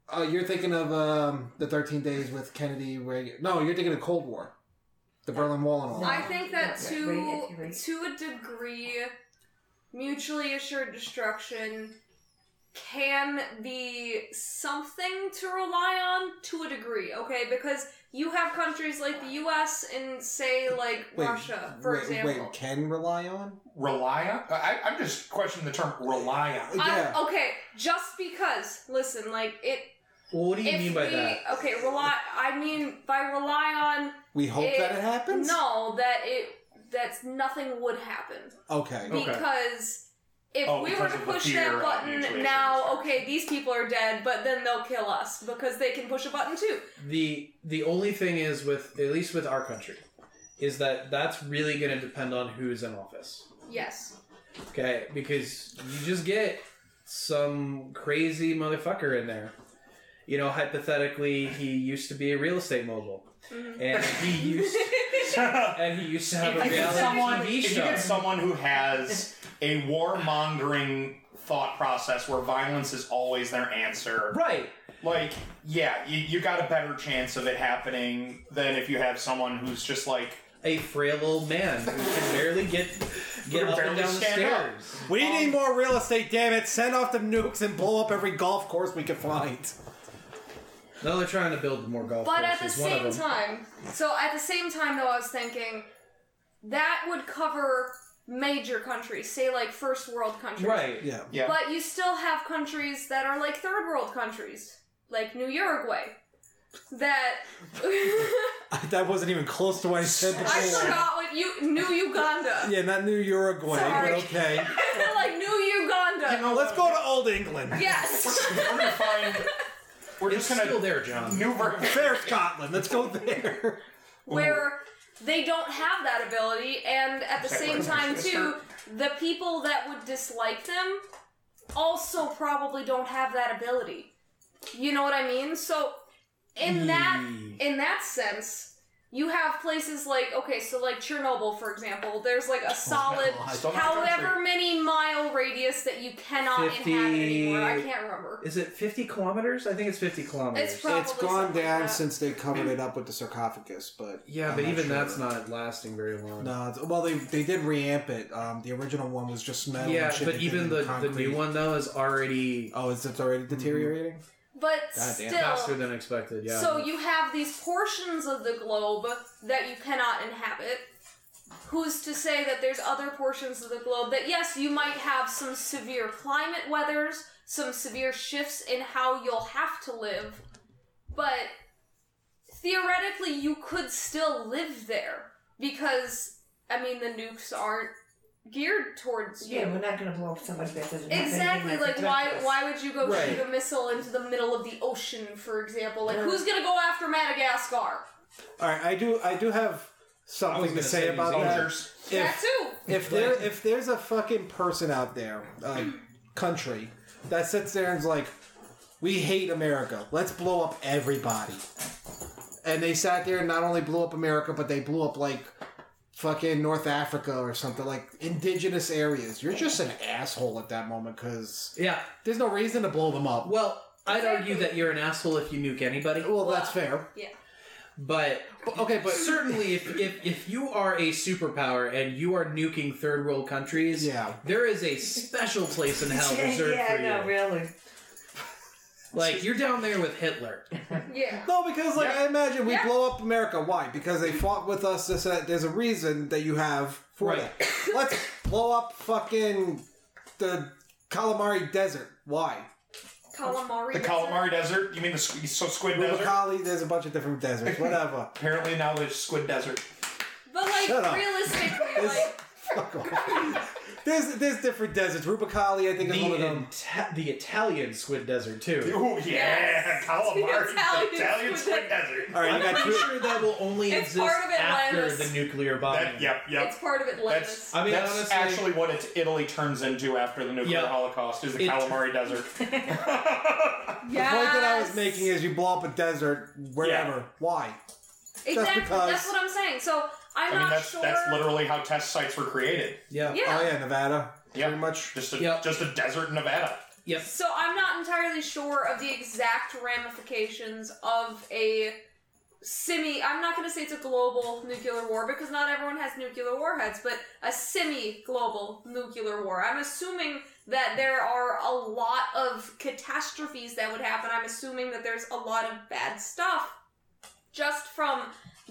E: Uh, you're thinking of um, the 13 days with Kennedy. Reagan. No, you're thinking of Cold War, the Berlin Wall, and all.
A: I
E: that.
B: No,
A: think
B: no,
A: that
B: right,
A: to
B: right, right.
A: to a degree, mutually assured destruction can be something to rely on to a degree. Okay, because you have countries like the U.S. and say like
E: Wait,
A: Russia, for
E: wait,
A: example.
E: wait, can rely on?
C: rely on. I, I'm just questioning the term rely on.
A: I-
E: Oh, Yeah.
A: okay, just because. Listen, like it.
F: Well, what do you
A: if
F: mean by
A: we,
F: that?
A: Okay, rely. I mean by rely
E: We hope
A: It-
E: that it
A: on
E: happens.
A: Eh, no that it that's nothing would happen.
E: Okay.
F: Okay.
A: because if
C: Oh,
A: we
C: because
A: were to
C: of the
A: push
C: fear
A: that
C: of
A: button
C: mutuation
A: now,
C: destruction.
A: okay, these people are dead, but then they'll kill us because they can push a button too.
F: The the only thing is with at least with our country is that that's really going to depend on who's in office.
A: Yes.
F: Okay, because you just get some crazy motherfucker in there. You know, hypothetically, he used to be a real estate mogul,
A: Mhm.
F: and he used and he used to have a
C: If you get
F: reality
C: someone,
F: TV
C: if you
F: show.
C: get someone who has a warmongering thought process where violence is always their answer,
F: right.
C: like, yeah, you, you got a better chance of it happening than if you have someone who's just like,
F: a frail old man who can barely get get
C: Who
F: up and
C: barely
F: down the
C: stand up.
F: stairs.
E: We
A: Um,
E: need more real estate, damn it! Send off the nukes and blow up every golf course we can find.
F: No, they're trying to build more golf
A: But at
F: courses.
A: the
F: one
A: same
F: of them.
A: time, so at the same time though, I was thinking that would cover major countries, say like first world countries.
F: right?
E: Yeah.
C: yeah,
A: But you still have countries that are like third world countries, like New Uruguay. That
E: That wasn't even close to what I said
A: I
E: before.
A: forgot what you New Uganda.
E: Yeah, not New Uruguay,
A: Sorry.
E: but okay.
A: like New Uganda.
E: Let's go to Old England.
A: Yes.
C: we're gonna find, we're
F: It's
C: just gonna
F: still there, John.
C: new ver-
E: Fair Scotland. Let's go there.
A: Where they don't have that ability, and at the
C: Is that
A: same
C: where
A: time,
C: it's
A: too,
C: gonna
A: the people that would dislike them also probably don't have that ability. You know what I mean? So in that in that sense, you have places like okay, so like Chernobyl, for example. There's like a solid,
C: Still not a country.
A: however many mile radius that you cannot
F: 50
A: inhabit anymore. I can't remember.
F: Is it fifty kilometers? I think it's fifty kilometers.
A: It's probably
E: it's gone
A: something
E: down
A: like that.
E: since they covered it up with the sarcophagus, but
F: yeah,
E: I'm
F: but
E: not
F: even
E: sure.
F: that's not lasting very long.
E: No, it's- well, they they did reamp it. Um, the original one was just metal.
F: yeah,
E: and shit
F: but
E: they did
F: even
E: in
F: the, the
E: concrete.
F: new one though is already
E: Oh, is it already deteriorating?
A: But
E: damn.
A: still,
F: faster than expected. Yeah.
A: So you have these portions of the globe that you cannot inhabit. Who's to say that there's other portions of the globe that yes, you might have some severe climate weathers, some severe shifts in how you'll have to live, but theoretically you could still live there because I mean the nukes aren't geared towards you.
B: Yeah, we're not gonna blow up somebody that doesn't. have
A: Exactly.
B: anything
A: Like,
B: to
A: why?
B: threaten us.
A: Why would you go
F: Right.
A: shoot a missile into the middle of the ocean, for example? Like,
B: Yeah.
A: who's gonna go after Madagascar?
E: All right, I do. I do have
F: I was
E: something
F: gonna
E: to say,
F: say
E: about
F: New
E: that.
F: Zealand.
C: Soldiers.
A: that
E: If
A: too.
E: if there if there's a fucking person out there, uh, country that sits there and's like, we hate America. Let's blow up everybody. And they sat there and not only blew up America, but they blew up like fucking North Africa or something like indigenous areas. You're just an asshole at that moment because
F: Yeah.
E: there's no reason to blow them up.
F: Well, I'd argue that you're an asshole if you nuke anybody,
E: Well, that's fair.
F: but
E: But, okay, but
F: but certainly if, if if you are a superpower and you are nuking third world countries,
E: yeah.
F: there is a special place in hell
B: Yeah,
F: reserved
B: yeah,
F: for
B: no,
F: you.
B: really.
F: Like you're down there with Hitler.
A: Yeah.
E: No, because like
F: Yeah.
E: I imagine we
A: Yeah.
E: blow up America. Why? Because they fought with us. This, that. There's a reason that you have for
F: Right.
E: that. Let's blow up fucking the calamari desert. Why?
A: Calamari.
C: The
A: Desert.
C: calamari desert? You mean the squ- so squid desert?
E: Rubicali. There's a bunch of different deserts. Whatever.
C: Apparently now there's squid desert.
A: But like,
E: Shut up.
A: realistically,
E: It's-
A: like,
E: Fuck off. There's there's different deserts. Rubicali, I
F: The,
E: think is one of them.
F: Ita- the Italian squid desert too.
C: Ooh, yeah,
A: Yes.
C: calamari,
A: Italian
C: Italian,
A: squid
C: squid desert.
E: All right,
F: I'm
E: you got
F: pretty
E: two.
F: sure that will only
A: It's
F: exist
A: part of
F: after
A: Atlantis.
F: the nuclear bomb.
C: That, yep, yep.
A: it's part of Atlantis.
C: That's, uh,
F: I mean,
C: that's
F: honestly-
C: actually what it's, Italy turns into after the nuclear
F: Yeah.
C: holocaust is the
F: It-
C: calamari desert.
E: The point that I was
A: Yes.
E: making is you blow up a desert wherever. Why?
A: exactly.
E: because-
A: That's what I'm saying. So I'm
C: I mean,
A: not
C: that's
A: sure.
C: that's literally how test sites were created.
F: Yeah.
A: Yeah.
E: Oh yeah, Nevada.
C: Yeah.
E: Pretty much.
C: Just a
F: Yeah.
C: just a desert in Nevada.
F: Yep.
A: So I'm not entirely sure of the exact ramifications of a semi. I'm not going to say it's a global nuclear war because not everyone has nuclear warheads, but a semi-global nuclear war. I'm assuming that there are a lot of catastrophes that would happen. I'm assuming that there's a lot of bad stuff just from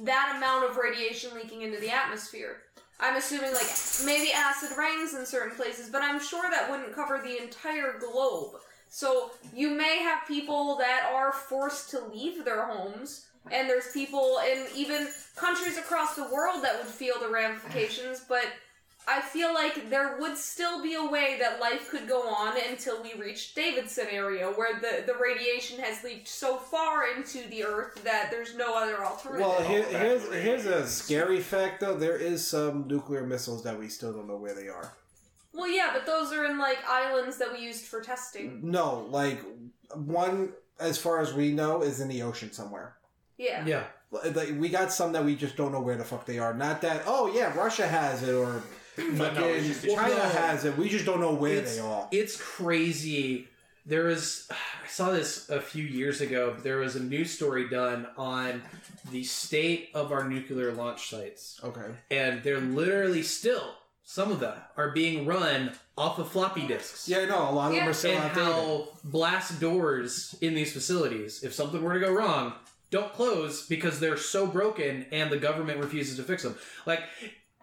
A: that amount of radiation leaking into the atmosphere. I'm assuming like maybe acid rains in certain places, but I'm sure that wouldn't cover the entire globe. So you may have people that are forced to leave their homes, and there's people in even countries across the world that would feel the ramifications, but I feel like there would still be a way that life could go on until we reach Davidson area, where the, the radiation has leaked so far into the earth that there's no other alternative.
E: Well, here,
C: all back
E: here's
C: to the
E: here's a
C: radiations.
E: scary fact though. There is some nuclear missiles that we still don't know where they are.
A: Well, yeah, but those are in like islands that we used for testing.
E: No, like one, as far as we know, is in the ocean somewhere.
A: Yeah.
F: Yeah.
E: Like we got some that we just don't know where the fuck they are. Not that. Oh yeah, Russia has it, or
C: But no, it's just
E: fucking China
F: Well, no.
E: has it. We just don't know where
F: It's-
E: they are.
F: It's crazy. There is, I saw this a few years ago, but there was a news story done on the state of our nuclear launch sites.
E: Okay.
F: And they're literally still, some of them, are being run off of floppy disks.
E: Yeah, no, a lot of them
A: Yeah.
E: are still
F: And
E: outdated.
F: how blast doors in these facilities, if something were to go wrong, don't close because they're so broken and the government refuses to fix them. Like,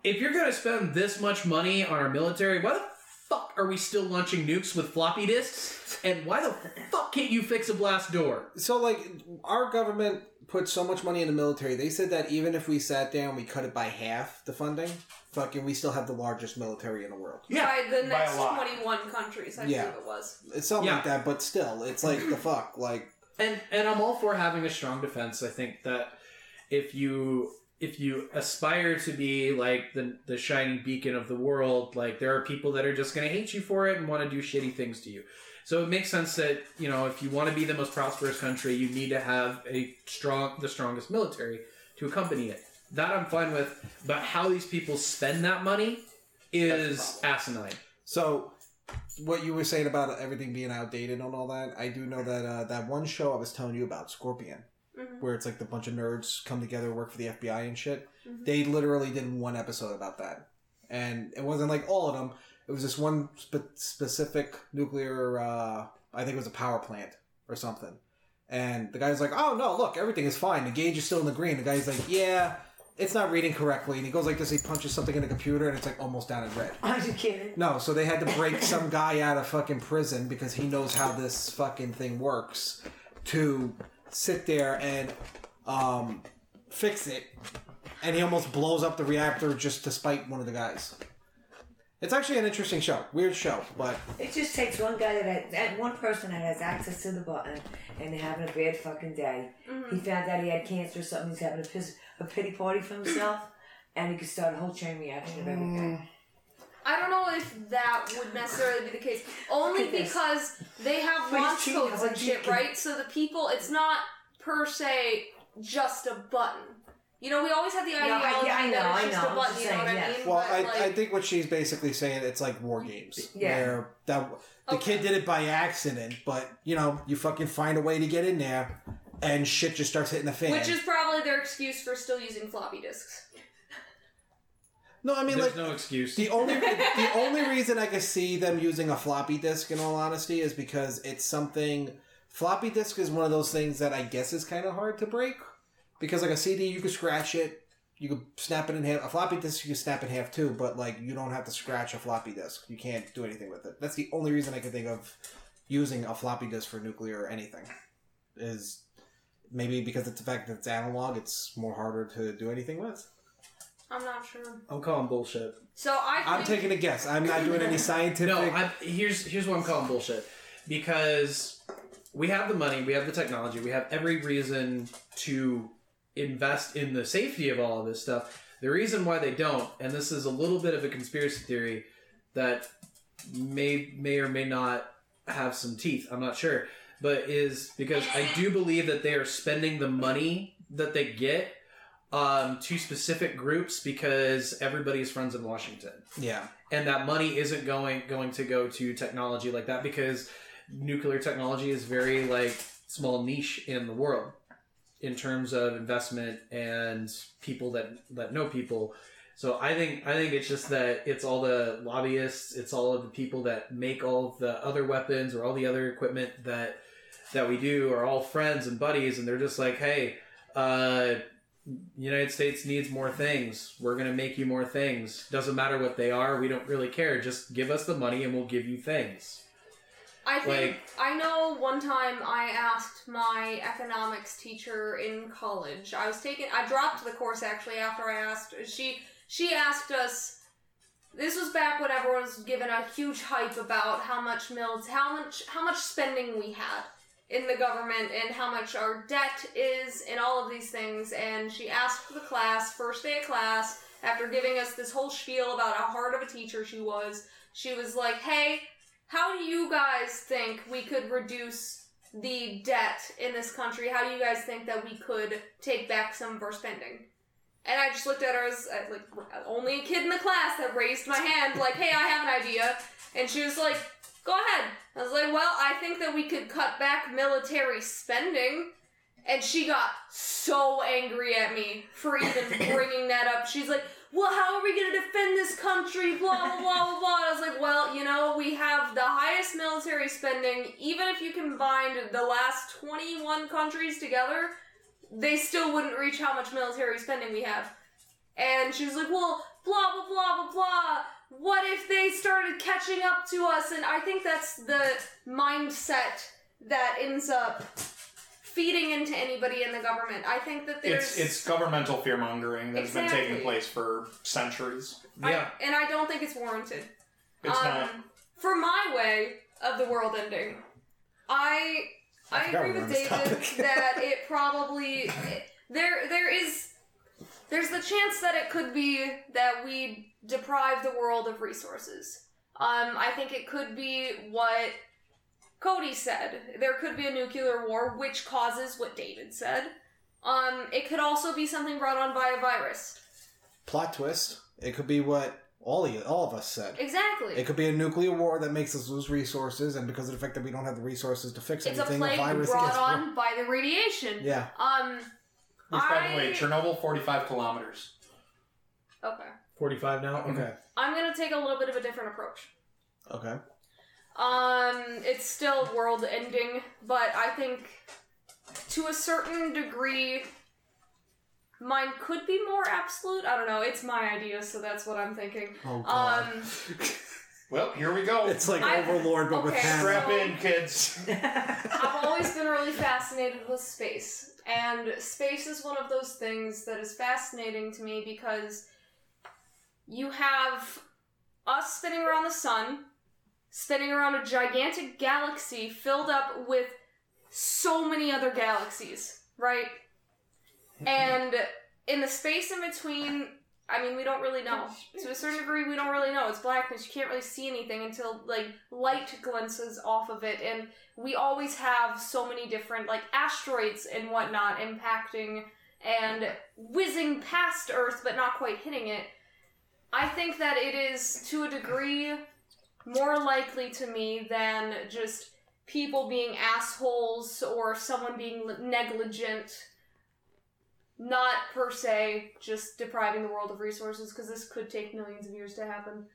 F: if you're going to spend this much money on our military, why the fuck are we still launching nukes with floppy disks? And why the fuck can't you fix a blast door?
E: So like our government put so much money in the military. They said that even if we sat there and we cut it by half the funding, fucking, we still have the largest military in the world.
F: Yeah.
A: by the
C: by
A: next
C: a lot.
A: 21 countries, I
E: Yeah.
A: believe it was.
E: It's something
F: Yeah.
E: like that, but still, it's like the fuck, like
F: And and I'm all for having a strong defense. I think that if you if you aspire to be like the the shining beacon of the world, like there are people that are just going to hate you for it and want to do shitty things to you. So it makes sense that you know if you want to be the most prosperous country, you need to have a strong the strongest military to accompany it. That I'm fine with, but how these people spend that money
C: That's
F: is
C: the
F: asinine.
E: So, what you were saying about everything being outdated and all that, I do know that uh, that one show I was telling you about, Scorpion,
A: Mhm.
E: where it's like the bunch of nerds come together, work for the FBI and shit.
A: Mhm.
E: They literally did one episode about that, and it wasn't like all of them. It was this one spe- specific nuclear. Uh, I think it was a power plant or something. And the guy's like, "Oh no, look, everything is fine. The gauge is still in the green." The guy's like, "Yeah, it's not reading correctly." And he goes like this. He punches something in the computer, and it's like almost down in red.
B: Are you kidding?
E: No, so they had to break some guy out of fucking prison because he knows how this fucking thing works to sit there and um, fix it. And he almost blows up the reactor just to spite one of the guys. It's actually an interesting show. Weird show, but
B: It just takes one guy that, has, that one person that has access to the button and they're having a bad fucking day.
A: mm-hmm.
B: He found out he had cancer or something. He's having a, piss, a pity party for himself, and he could start a whole chain reaction of
A: Mm.
B: everything.
A: I don't know if that would necessarily be the case. Only
B: Look at this.
A: because they have
B: But
A: launch
B: it's cheating.
A: codes
B: How
A: and
B: much you
A: shit,
B: can-
A: right? So the people, it's not per se just a button. You know, we always have the
B: I- yeah,
A: ideology
B: I know,
A: that
B: I
A: it's just
B: know.
A: a
B: I'm
A: button.
B: just
A: you know what
B: saying,
A: I
B: yeah.
A: mean?
E: well,
A: But,
E: I,
A: like,
E: I think what she's basically saying it's like war games.
B: Yeah.
E: Where that the
A: Okay.
E: kid did it by accident, but you know you fucking find a way to get in there, and shit just starts hitting the fan.
A: which is probably their excuse for still using floppy disks.
E: no, I mean
F: There's
E: like
F: no excuse.
E: The only the only reason I could see them using a floppy disk, in all honesty, is because it's something. Floppy disk is one of those things that I guess is kind of hard to break, because like a CD, you could scratch it, you could snap it in half. A floppy disk, you could snap in half too, but like you don't have to scratch a floppy disk. You can't do anything with it. That's the only reason I could think of using a floppy disk for nuclear or anything. Is maybe because it's the fact that it's analog, it's more harder to do anything with.
A: I'm not sure.
F: I'm calling bullshit.
A: So I
E: I'm
A: think-
E: taking a guess. I'm not doing any scientific.
F: No, I'm, here's here's what I'm calling bullshit. Because we have the money, we have the technology, we have every reason to invest in the safety of all of this stuff. The reason why they don't, and this is a little bit of a conspiracy theory that may may or may not have some teeth. I'm not sure, but is because I do believe that they are spending the money that they get um, to specific groups because everybody is friends in Washington
E: yeah.
F: and that money isn't going going to go to technology like that because nuclear technology is very like small niche in the world in terms of investment and people that that know people so i think i think it's just that it's all the lobbyists it's all of the people that make all of the other weapons or all the other equipment that that we do are all friends and buddies and they're just like hey uh United States needs more things. We're going to make you more things. Doesn't matter what they are. We don't really care. Just give us the money and we'll give you things.
A: I think
F: Like-
A: I know one time I asked my economics teacher in college. I was taking I dropped the course actually after I asked she she asked us this was back when everyone was given a huge hype about how much mills how much how much spending we had in the government and how much our debt is and all of these things and she asked the class first day of class after giving us this whole spiel about how hard of a teacher she was she was like hey how do you guys think we could reduce the debt in this country? How do you guys think that we could take back some of our spending? And I just looked at her as uh, like only a kid in the class that raised my hand, like, "Hey, I have an idea." And she was like, "Go ahead." I was like, "Well, I think that we could cut back military spending." And she got so angry at me for even bringing that up. She's like, well, how are we going to defend this country? Blah, blah, blah, blah, blah. And I was like, well, you know, we have the highest military spending. Even if you combined the last 21 countries together, they still wouldn't reach how much military spending we have. And she was like, well, blah, blah, blah, blah, blah. What if they started catching up to us? And I think that's the mindset that ends up feeding into anybody in the government. I think that there's.
C: It's it's governmental fear mongering that's been
A: Exactly.
C: taking place for centuries.
A: I-
F: Yeah.
A: and I don't think it's warranted.
C: It's
A: um,
C: not.
A: For my way of the world ending, I
E: I
A: I
E: forgot
A: agree
E: we were
A: with
E: on this
A: David
E: topic.
A: that it probably there there is there's the chance that it could be that we deprive the world of resources. Um, I think it could be what Cody said. There could be a nuclear war, which causes what David said. Um, it could also be something brought on by a virus.
E: plot twist. It could be what all of, all of us said.
A: Exactly.
E: It could be a nuclear war that makes us lose resources, and because of the fact that we don't have the resources to fix
A: it's a
E: anything,
A: plague
E: virus
A: brought
E: gets-
A: on by the radiation.
E: Yeah,
A: Um.
C: Which, by the
A: I-
C: way, Chernobyl, forty-five kilometers.
A: Okay.
F: 45 now?
E: okay,
A: I'm gonna take a little bit of a different approach.
E: okay.
A: Um, it's still world ending, but I think to a certain degree, mine could be more absolute. I don't know. It's my idea, so that's what I'm thinking.
E: Oh god,
A: Um,
C: Well, here we go.
E: it's like
A: I-
E: Overlord, but with
A: okay.
E: hammer.
C: Strap in, kids.
A: I've always been really fascinated with space, and space is one of those things that is fascinating to me because you have us spinning around the sun, spinning around a gigantic galaxy filled up with so many other galaxies, right? And in the space in between, I mean, we don't really know. To a certain degree, we don't really know. It's blackness. You can't really see anything until, like, light glances off of it. And we always have so many different, like, asteroids and whatnot impacting and whizzing past Earth, but not quite hitting it. I think that it is, to a degree, more likely to me than just people being assholes or someone being negligent not per se just depriving the world of resources because this could take millions of years to happen.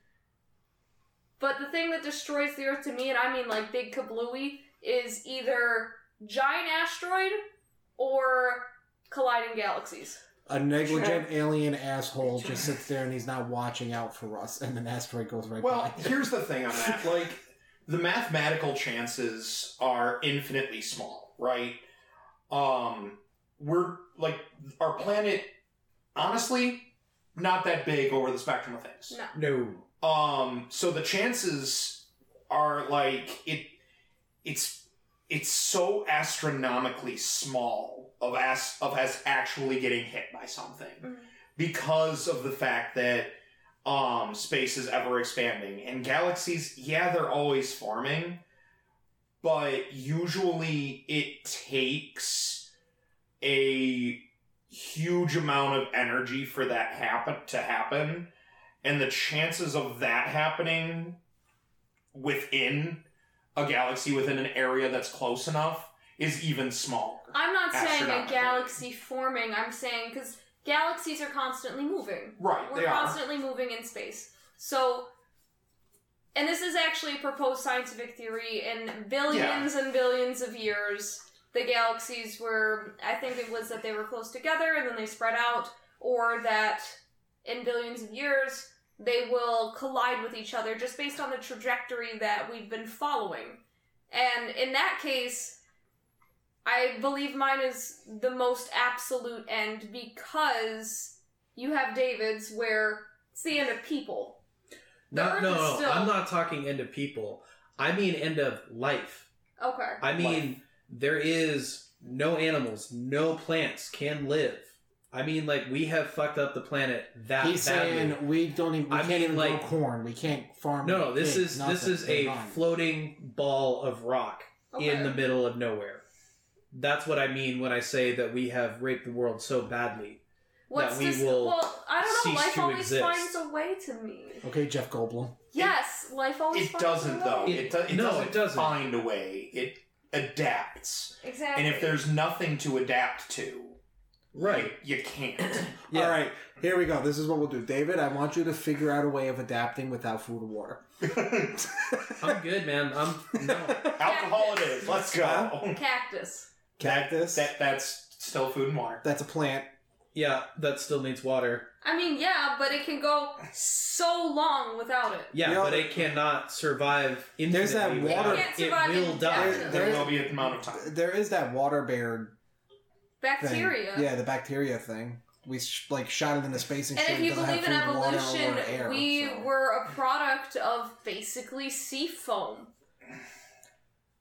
A: But the thing that destroys the Earth to me, and I mean like big kablooey, is either giant asteroid or colliding galaxies.
E: A negligent alien asshole just sits there and he's not watching out for us, and an asteroid goes right
C: Well,
E: by.
C: here's the thing on that. Like, the mathematical chances are infinitely small, right? Um, we're like our planet, honestly, not that big over the spectrum of things.
A: No.
F: No.
C: Um, so the chances are like it. It's it's so astronomically small of as of us actually getting hit by something
A: Mhm.
C: because of the fact that um space is ever expanding and galaxies. Yeah, they're always forming, but usually it takes a huge amount of energy for that happen to happen and the chances of that happening within a galaxy within an area that's close enough is even smaller.
A: I'm not saying a
C: Astronomical.
A: galaxy forming, I'm saying because galaxies are constantly moving.
C: Right,
A: We're
C: they are.
A: constantly moving in space. So, and this is actually a proposed scientific theory. In billions and billions of years, the galaxies were, I think it was that they were close together and then they spread out, or that in billions of years, they will collide with each other just based on the trajectory that we've been following. And in that case, I believe mine is the most absolute end because you have David's where it's the end of people. The
F: Not,
A: Earth
F: no,
A: is
F: no,
A: still-
F: I'm not talking end of people. I mean end of life.
A: Okay.
F: I mean, there is no animals, no plants can live. I mean, like we have fucked up the planet that
E: he's
F: badly.
E: saying we don't even. We
F: I
E: can't
F: mean,
E: even
F: like-
E: grow corn. We can't farm.
F: no, no, this
E: pig,
F: is
E: nothing.
F: this is
E: They're
F: a
E: gone.
F: floating ball of rock
A: Okay.
F: in the middle of nowhere. That's what I mean when I say that we have raped the world so badly.
A: What's
F: we
A: this?
F: will
A: well, I don't
F: cease
A: know. Life
F: to
A: always
F: exist.
A: finds a way to me.
E: Okay, Jeff Goldblum.
A: Yes, life always
C: It
A: finds a
C: doesn't
A: way.
C: though. It, do- it
F: No,
C: doesn't
F: it doesn't.
C: find a way. It adapts.
A: Exactly.
C: And if there's nothing to adapt to,
F: Right.
C: you, you can't.
F: Yeah.
E: All right, here we go. This is what we'll do, David. I want you to figure out a way of adapting without food and water.
F: I'm good, man. I'm no.
C: Alcohol it is. Let's go.
A: cactus.
E: Cactus.
C: That that's still food and water.
E: That's a plant.
F: Yeah, that still needs water.
A: I mean, yeah, but it can go so long without it.
F: Yeah,
E: You know,
F: but it cannot survive infinitely.
E: there's that
F: without
E: water-
A: It can't survive
F: It will
A: in
F: die.
A: depth.
E: There-
C: There will be an amount of time.
E: There is that water bear thing.
A: Bacteria.
E: Yeah, the bacteria thing. We sh- like shot it into space and,
A: And
E: shit.
A: if
E: It
A: you
E: doesn't have
A: believe in
E: food and water or
A: evolution,
E: air,
A: we
E: so.
A: were a product of basically sea foam.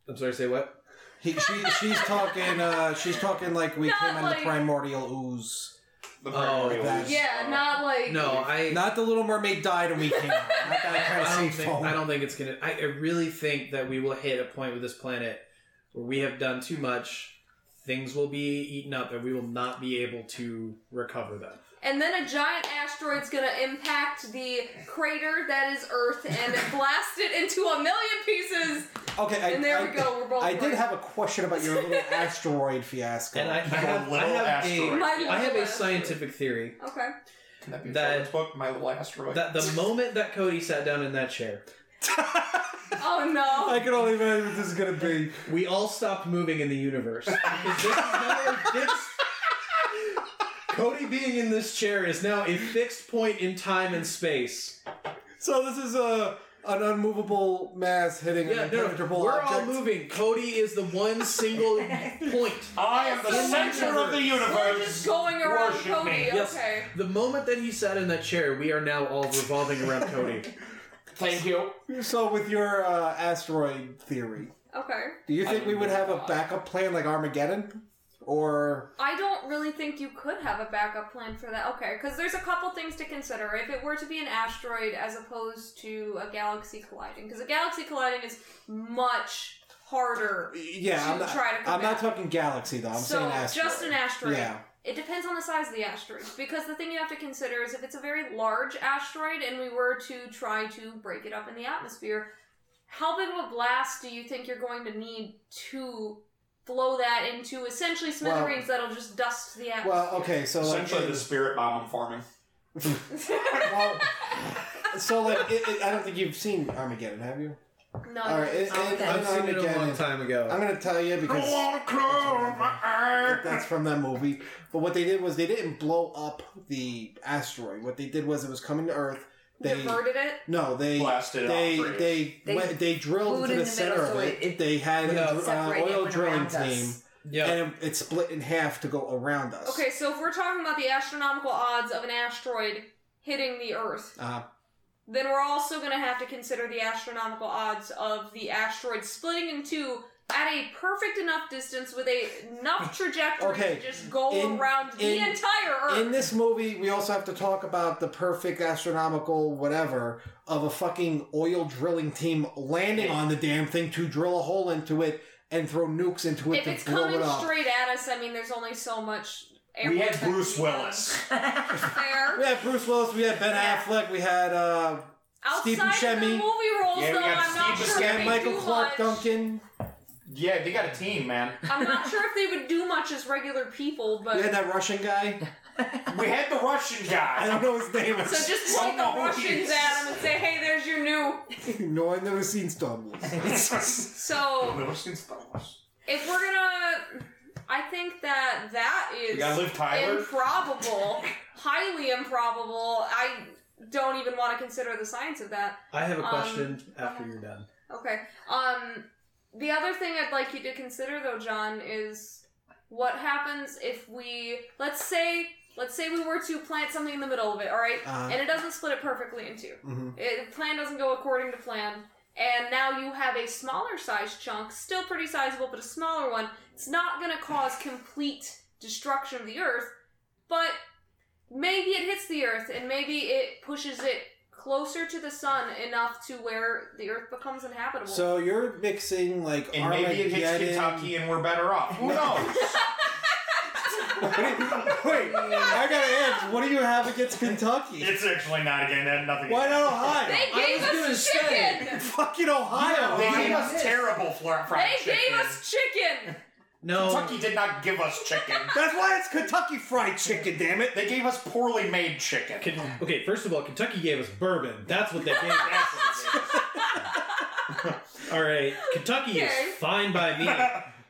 F: I'm sorry, say what?
E: He, she, she's talking. Uh, she's talking like we
A: Not
E: came in
A: like-
E: the primordial ooze.
C: The
F: Oh,
C: primordial
E: that-
C: is,
A: Yeah,
C: uh,
A: not like
F: No, I
E: Not the Little Mermaid died and we came. out. Not that kind of
F: I don't
E: sea
F: think
E: foam.
F: I don't think it's gonna. I, I really think that we will hit a point with this planet where we have done too much. Things will be eaten up, and we will not be able to recover them.
A: And then a giant asteroid's gonna impact the crater that is Earth and blast it into a million pieces.
E: Okay, I,
A: And there
E: I,
A: we go. We're both.
E: I did
A: right.
E: have a question about your little asteroid fiasco.
F: And I, I
C: Your
F: have, I
C: little
F: have a,
C: asteroid.
A: My
F: I have
A: little
F: a
A: asteroid.
F: scientific theory
A: Okay.
C: Can that be a
F: that-
C: children's book? My little asteroid.
F: that the moment that Cody sat down in that chair,
A: Oh no.
E: I can only imagine what this is gonna be.
F: we all stopped moving in the universe. Because this is now a fixed- Cody being in this chair is now a fixed point in time and space.
E: So this is a an unmovable mass hitting
F: Yeah,
E: an
F: no,
E: impenetrable
F: we're all
E: object.
F: moving. Cody is the one single point.
C: I am the
A: Yes,
C: center of the
A: We're just
C: universe.
A: going around
C: Worship
A: Cody.
C: me.
F: Yes.
A: Okay.
F: The moment that he sat in that chair, we are now all revolving around Cody.
C: Thank you.
E: So, with your uh, asteroid theory,
A: Okay.
E: do you
C: I
E: think we
C: don't
E: would
C: know.
E: have a backup plan like Armageddon, or
A: I don't really think you could have a backup plan for that. Okay, because there's a couple things to consider. If it were to be an asteroid as opposed to a galaxy colliding, because a galaxy colliding is much harder.
E: yeah?
A: To
E: I'm not,
A: try to
E: I'm
A: combat-
E: not talking galaxy though. I'm
A: so
E: saying asteroid.
A: just an asteroid.
E: Yeah.
A: It depends on the size of the asteroid. Because the thing you have to consider is if it's a very large asteroid and we were to try to break it up in the atmosphere, how big of a blast do you think you're going to need to blow that into essentially smithereens that'll just dust the atmosphere?
E: Well, okay, so like,
C: Essentially, the spirit bomb I'm farming.
E: well, so like, it, it, I don't think you've seen Armageddon, have you?
A: no,
E: All right, it, it,
G: I've
E: I
F: I've
E: know
F: seen it a
E: Armageddon.
F: long time ago.
E: I'm gonna tell you because that's from that movie. But what they did was they didn't blow up the asteroid. What they did was it was coming to Earth. They
A: diverted it.
E: no, they
C: Blasted
E: they
C: off.
E: they
G: They
E: went, they drilled
G: glued
E: into
G: in
E: the,
G: the
E: center
G: middle so
E: of it.
G: it- it
E: they had
F: Yeah.
E: a dr- uh,
G: separated
E: oil
G: when
E: drilling
G: around us.
E: team,
F: Yeah.
E: and it split in half to go around us.
A: Okay, so if we're talking about the astronomical odds of an asteroid hitting the Earth,
E: Uh,
A: then we're also going to have to consider the astronomical odds of the asteroid splitting in two at a perfect enough distance with a enough trajectory
E: Okay,
A: to just go
E: in-
A: around the
E: in-
A: entire Earth.
E: in this movie, we also have to talk about the perfect astronomical whatever of a fucking oil drilling team landing on the damn thing to drill a hole into it and throw nukes into it
A: if
E: to
A: it's
E: blow
A: coming
E: it up.
A: straight at us, I mean, there's only so much.
C: we
A: airway
C: had
A: that
C: Bruce
A: we have.
C: Willis.
E: We
A: Fair.
E: had Bruce Willis, we had Ben
A: Yeah.
E: Affleck, we had uh,
A: Outside
E: Steve
A: of the
E: Buscemi.
A: movie roles,
C: Yeah, we
A: though,
C: got
A: I'm not
C: Steve
A: sure
C: Buscemi,
A: if they
E: Michael
A: do
E: Clark
A: much.
E: Duncan.
C: Yeah, they got a team, man.
A: I'm not sure if they would do much as regular people, but
E: We had that Russian guy.
C: We had the Russian
E: I
C: guy.
E: don't know his name.
A: So just point the
C: Oh,
A: Russians
C: geez.
A: at him and say, "Hey, there's your new."
E: no, I've never seen Star Wars.
C: I've
A: So
C: never seen Star Wars.
A: if we're gonna, I think that that
C: We got
A: is
C: Liv Tyler.
A: improbable, highly improbable. I don't even want to consider the science of that.
F: I have a
A: Um,
F: question after you're done.
A: Okay. Um, the other thing I'd like you to consider, though, John, is what happens if we let's say let's say we were to plant something in the middle of it, all right,
E: Uh-huh.
A: and it doesn't split it perfectly in two.
E: Mhm.
A: It, plan doesn't go according to plan, and now you have a smaller size chunk, still pretty sizable, but a smaller one. It's not going to cause complete destruction of the Earth, but maybe it hits the Earth, and maybe it pushes it closer to the sun enough to where the Earth becomes inhabitable.
E: So you're mixing like
C: And maybe it hits Kentucky and we're better off. Who knows?
E: Wait, I gotta ask, what do you have against Kentucky?
C: it's actually not again. That nothing.
E: Why not Ohio?
A: they
F: I
A: gave
F: was gonna
A: us chicken.
F: say-
E: Fucking Ohio!
C: They
E: Ohio.
C: gave us terrible fla- fried
A: They
C: chicken.
A: gave us chicken.
F: No,
C: Kentucky did not give us chicken.
E: That's why it's Kentucky Fried Chicken, damn it!
C: they gave us poorly made chicken.
F: Ken- okay. First of all, Kentucky gave us bourbon. That's what they gave us.
C: That's what they gave us.
F: All right, Kentucky
A: Okay.
F: is fine by me.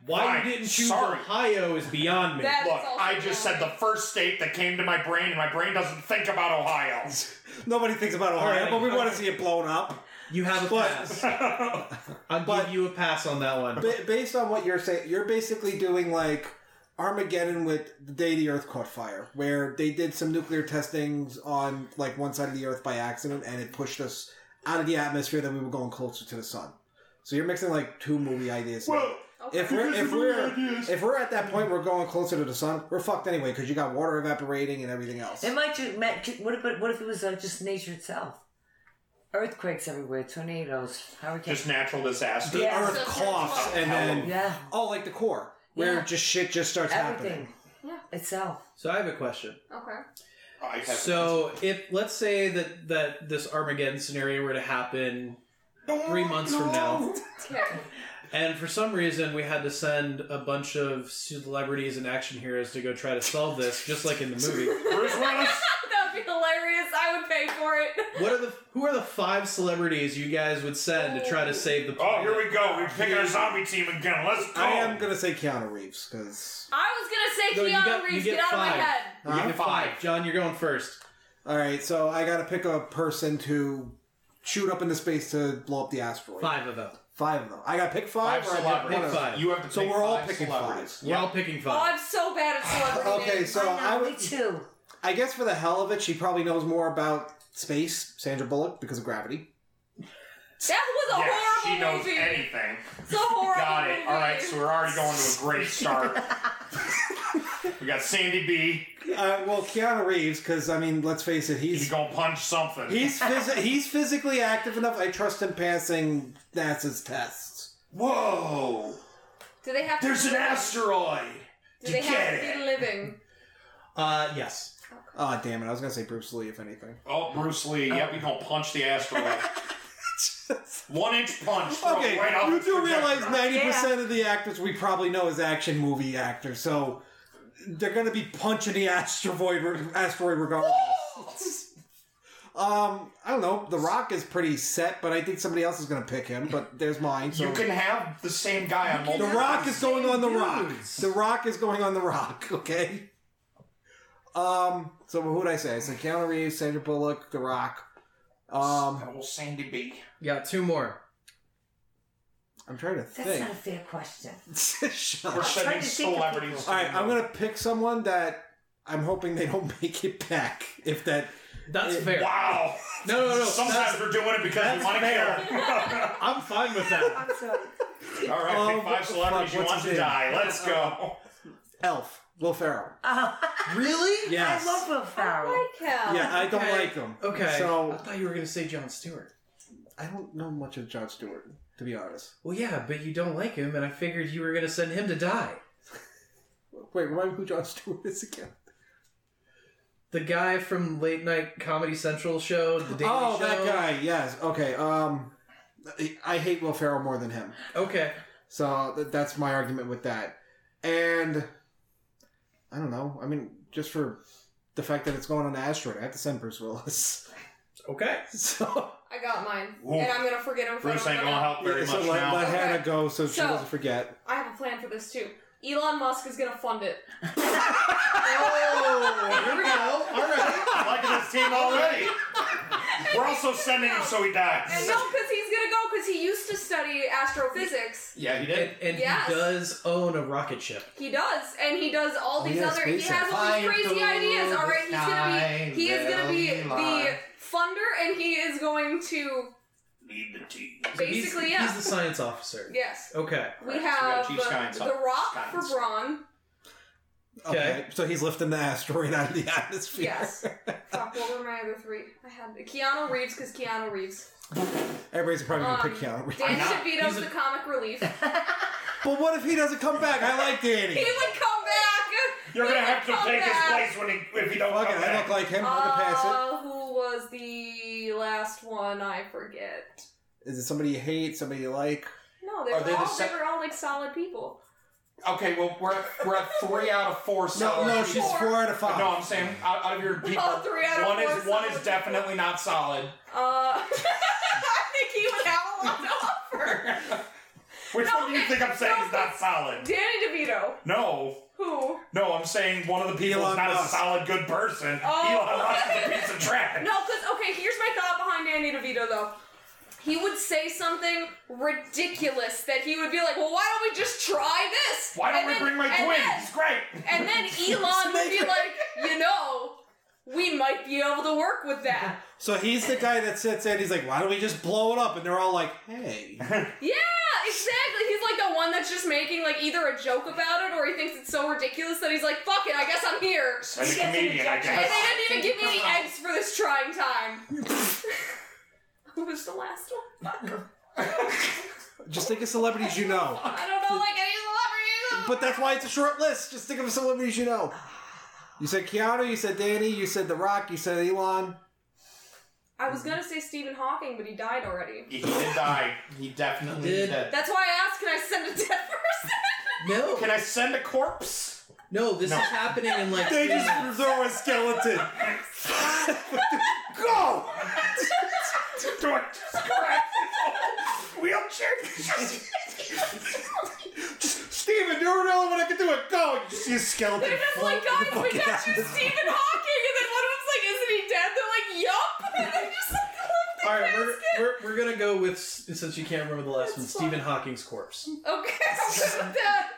F: Why
C: Fine.
F: you didn't choose
C: Sorry.
F: Ohio is beyond me.
A: That-
C: Look,
A: It's also
C: I just said
A: valid.
C: the first state that came to my brain, and my brain doesn't think about Ohio.
E: Nobody thinks about Ohio,
F: Alright.
E: but we want to see it blown up.
F: you have a
E: But-
F: pass. I'll
E: but-
F: give you a pass on that one.
E: Ba- based on what you're saying, you're basically doing like Armageddon with the day the Earth caught fire, where they did some nuclear testings on like one side of the Earth by accident, and it pushed us out of the atmosphere that we were going closer to the sun. So you're mixing like two movie ideas. here.
A: Okay.
E: if we're
C: because
E: if
C: of movie
E: we're
C: ideas.
E: if we're at that point, we're going closer to the sun. We're fucked anyway because you got water evaporating and everything else.
B: It might just. Matt, ju- What if? What if it was uh, just nature itself? Earthquakes everywhere, tornadoes, hurricanes.
C: Just natural disaster.
E: the
B: Yeah.
E: Earth
A: So it's
E: coughs
A: like-
E: and then
B: yeah,
E: oh, like the core where
B: Yeah.
E: just shit just starts
B: everything.
E: happening.
A: Yeah.
B: Itself.
F: So I have a question.
A: okay.
C: I have-
F: So if let's say that that this Armageddon scenario were to happen three months from now,
A: Okay.
F: and for some reason we had to send a bunch of celebrities and action heroes to go try to solve this, just like in the movie.
C: Bruce Willis.
A: that would be hilarious. I would pay for it.
F: What are the who are the five celebrities you guys would send to try to save the
C: Oh,
F: planet?
C: here we go. We're picking our zombie team again. Let's go.
E: I am gonna say Keanu Reeves because
A: I was
F: No,
A: gonna say
F: you
A: Keanu
F: got- you
A: Reeves.
F: get
A: Get, out of
F: five.
A: my head.
F: You get
C: Huh?
F: five. John, you're going first.
E: All right, so I got to pick a person to shoot up into space to blow up the asteroid.
F: Five of them.
E: Five of them. I got to pick five.
C: Five
E: or I gotta pick
C: celebrities.
E: one of them?
F: Pick five.
C: You have to
E: So
C: pick
E: we're all
C: five
E: picking
C: celebrities.
E: fives.
F: We're all picking
A: Oh,
F: five.
A: I'm so bad at celebrity
E: Okay,
A: names.
E: so
B: I, know,
E: I
B: me
E: would.
B: too.
E: I guess for the hell of it, she probably knows more about space, Sandra Bullock, because of gravity.
A: That was a
C: yeah, she
A: horrible
C: knows
A: movie.
C: anything.
A: It's a horrible
C: Got it.
A: movie.
C: All right, so we're already going to a great start. we got Sandy B.
E: Uh, well, Keanu Reeves, because I mean, let's face it,
C: He's
E: he's
C: gonna punch something.
E: he's phys- he's physically active enough. I trust him passing NASA's tests.
C: Whoa!
A: Do they have to
C: There's
A: be
C: an
A: living?
C: asteroid.
A: Do
C: You
A: they have
C: get
A: to be living?
F: Uh, yes.
E: Oh damn it! I was gonna say Bruce Lee, if anything.
C: Oh, Bruce Lee. Yep, you're gonna punch the asteroid. One inch punch. throw it
E: Okay,
C: right off
E: you
C: the
E: do realize
C: projectile.
E: ninety percent of the actors we probably know is action movie actors, so they're gonna be punching the asteroid asteroid regardless. um, I don't know. The Rock is pretty set, but I think somebody else is gonna pick him. But there's mine. So
C: You can have the same guy on
E: the
C: multiple.
E: Rock is going on the Rock.
F: dudes.
E: The Rock is going on the Rock. Okay. Um. So who would I say? I said Keanu Reeves, Sandra Bullock, The Rock. Um,
C: That old Sandy B.
F: Yeah, two more.
E: I'm trying to
B: That's
E: think.
B: not a fair question.
E: Shut
C: We're
E: up.
C: sending
B: trying to think of
C: celebrities.
E: All right,
C: to-
E: I'm gonna pick someone that I'm hoping they don't make it back. If that,
F: That's
E: Yeah.
F: fair.
C: Wow.
F: No, no, no.
C: Sometimes
F: that's-
C: we're doing it because we
F: that's
C: want to
F: fair.
C: care.
F: I'm fine with that.
B: I'm sorry.
C: All right,
E: Oh,
C: pick
E: what
C: five
E: the
C: celebrities you
E: fuck, what's
C: want
E: his
C: to
E: name? Uh,
C: die. Let's go.
E: Elf, Will Ferrell.
B: Oh,
F: really?
B: I
E: Yes.
B: love Will Ferrell.
A: I like him.
E: yeah, I don't
F: Oh, Okay.
E: like him.
F: Okay. I
E: So
F: thought you were gonna say John Stewart.
E: I don't know much of John Stewart, to be honest.
F: Well, yeah, but you don't like him, and I figured you were gonna send him to die.
E: Wait, remind me who John Stewart is again.
F: The guy from late night Comedy Central show, The Daily
E: oh,
F: Show.
E: that guy. Yes. Okay. Um, I- I hate Will Ferrell more than him.
F: Okay.
E: So th- that's my argument with that. And I don't know. I mean, just for the fact that it's going on the asteroid, I have to send Bruce Willis.
F: Okay.
E: so.
A: I got mine,
C: Ooh.
A: and I'm gonna forget him. if I
C: Bruce
A: don't
C: ain't
A: know.
C: gonna help very
E: Yeah, so
C: much
E: let,
C: now.
E: let
A: Okay.
E: Hannah go so she
A: So-
E: doesn't forget.
A: I have a plan for this too. Elon Musk is gonna fund it.
F: Oh, here we go. All right.
C: I'm liking this team already. We're also sending him so he
A: And
C: dies.
A: no, because he's gonna go because he used to study astrophysics.
C: Yeah, he
F: And,
C: did.
F: and
A: Yes.
F: he does own a rocket ship.
A: He does, and he does all
E: Oh,
A: these
E: yeah,
A: other. He
E: SpaceX.
A: has all these
C: Fly
A: crazy
C: through
A: ideas. All right, he's gonna
C: the
A: be. He is gonna be
C: sky,
A: the
C: Elon.
A: funder, and he is going to
C: Need the tea.
A: basically
F: he's,
A: yeah.
F: he's the science offier.
A: yes.
F: Okay.
A: We
C: Right, so we gotta
A: have
C: keep
A: uh,
C: Skynes
A: the
C: up.
A: Rock
C: Skynes.
A: for Braun.
E: Okay.
F: Okay.
E: So he's lifting the asteroid out of the atmosphere.
A: Yes. Fuck. What were my other three? I had Keanu Reeves because Keanu Reeves.
E: Everybody's probably gonna pick
A: Um,
E: Keanu Reeves.
A: Dan
C: not?
A: DeVito's
F: He's a-
A: the comic relief.
E: But what if he doesn't come back? I like Danny.
A: He would come back. He
C: You're gonna
A: would
C: have to
A: come
C: take his
A: back.
C: place when he if he don't
E: Fuck it,
C: come
E: I
C: back.
E: look like him. I'm gonna pass
A: Uh, who was the last one? I forget.
E: it. Is it somebody you hate? Somebody you like?
A: No, they
C: Are
A: were
C: they the
A: all
C: sec-
A: they were all like solid people.
C: Okay, well we're we're at three out of four.
E: No,
C: solid
E: no,
C: people.
E: she's four, out of five.
C: No, I'm saying out, out of your people,
A: Oh, three out of
C: one
A: four
C: is one is
A: solid
C: definitely not solid.
A: Uh, I think he would have a lot to offer.
C: Which
A: No,
C: one do you think I'm saying is not solid?
A: Danny DeVito.
C: No,
A: Who?
C: no, I'm saying one of the people
E: Elon
C: is not a
E: Musk.
C: solid good person.
A: Oh.
C: Elon Musk is a piece of trash.
A: No, because, okay, here's my thought behind Danny DeVito, though. He would say something ridiculous that he would be like, well, why don't we just try this?
C: Why don't
A: And
C: we
A: then-
C: bring my
A: and
C: twin?
A: then-
C: He's great.
A: and then Elon would be like, you know, we might be able to work with that.
E: So he's the guy that sits in. He's like, "Why don't we just blow it up?" And they're all like, "Hey."
A: Yeah, exactly. He's like the one that's just making like either a joke about it or he thinks it's so ridiculous that he's like, fuck it, I guess I'm here.
C: I'm a comedian, I
A: And they
C: guess.
A: didn't even give me any eggs for this trying time. Who was the last one?
E: Just think of celebrities you know.
A: I don't know like any celebrities.
E: But that's why it's a short list. Just think of celebrities you know. You said Keanu. You said Danny. You said The Rock. You said Elon.
A: I was gonna say Stephen Hawking, but he died already.
C: He did die. He definitely
F: Did.
A: That's why I asked, can I send a dead person?
F: No,
C: Can I send a corpse?
F: no, this
C: No.
F: is happening in like.
E: They
F: three
E: just
F: months.
E: throw a skeleton.
C: Go! Do it. Scratch it. Wheelchair.
E: Steven, you're the only one that can do it. Go! You just see a skeleton.
A: They're just like,
E: float in
A: guys,
E: the
A: we
E: fucking
A: got you
E: atmosphere.
A: Stephen Hawking, and then one of them's like, isn't he dead? They're like, yup, and they just like left the
F: All right, we're,
A: casket.
F: we're, we're gonna go with since you can't remember the last one,
A: That's
F: Stephen
A: fine.
F: Hawking's corpse.
A: Okay, I'm good with that.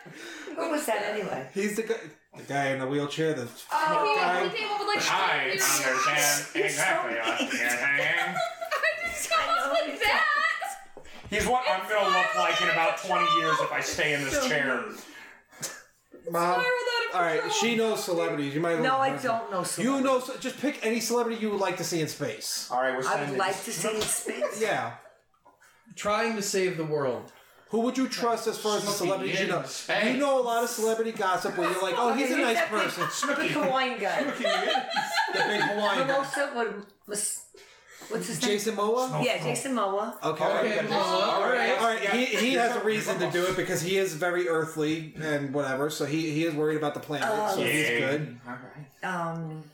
B: Who was that anyway?
E: He's the guy, the guy in the wheelchair. The
A: Oh, he,
E: guy.
A: he came up with like
C: I
A: shit theories.
C: understand exactly what you're saying.
A: I just got us with that.
H: He's what I'm gonna look like in about 20 years if I stay in this chair.
E: Mom.
A: that
E: Um, All right, she knows celebrities. You might
B: No, I don't know.
E: You
B: celebrities.
E: know, so just pick any celebrity you would like to see in space.
C: All right, we're
B: I would
C: sending.
B: like to see it in space.
E: Yeah.
F: Trying to save the world.
E: Who would you trust as far as the celebrities you know?
C: Space.
E: You know a lot of celebrity gossip where you're like, oh, he's a
B: Okay,
E: nice
B: that big-
E: person.
B: The Hawaiian guy.
E: The big
B: The
E: Hawaiian guy.
B: most of what was- what's his name?
E: Jason Moa?
B: Yeah, Jason Momoa.
E: Okay.
F: Okay,
E: okay.
F: well, all right.
E: All right, he, he has a reason to do it because he is very earthly and whatever, so he, he is worried about the planet, so he's
C: Yeah.
E: good.
C: All right.
B: Um,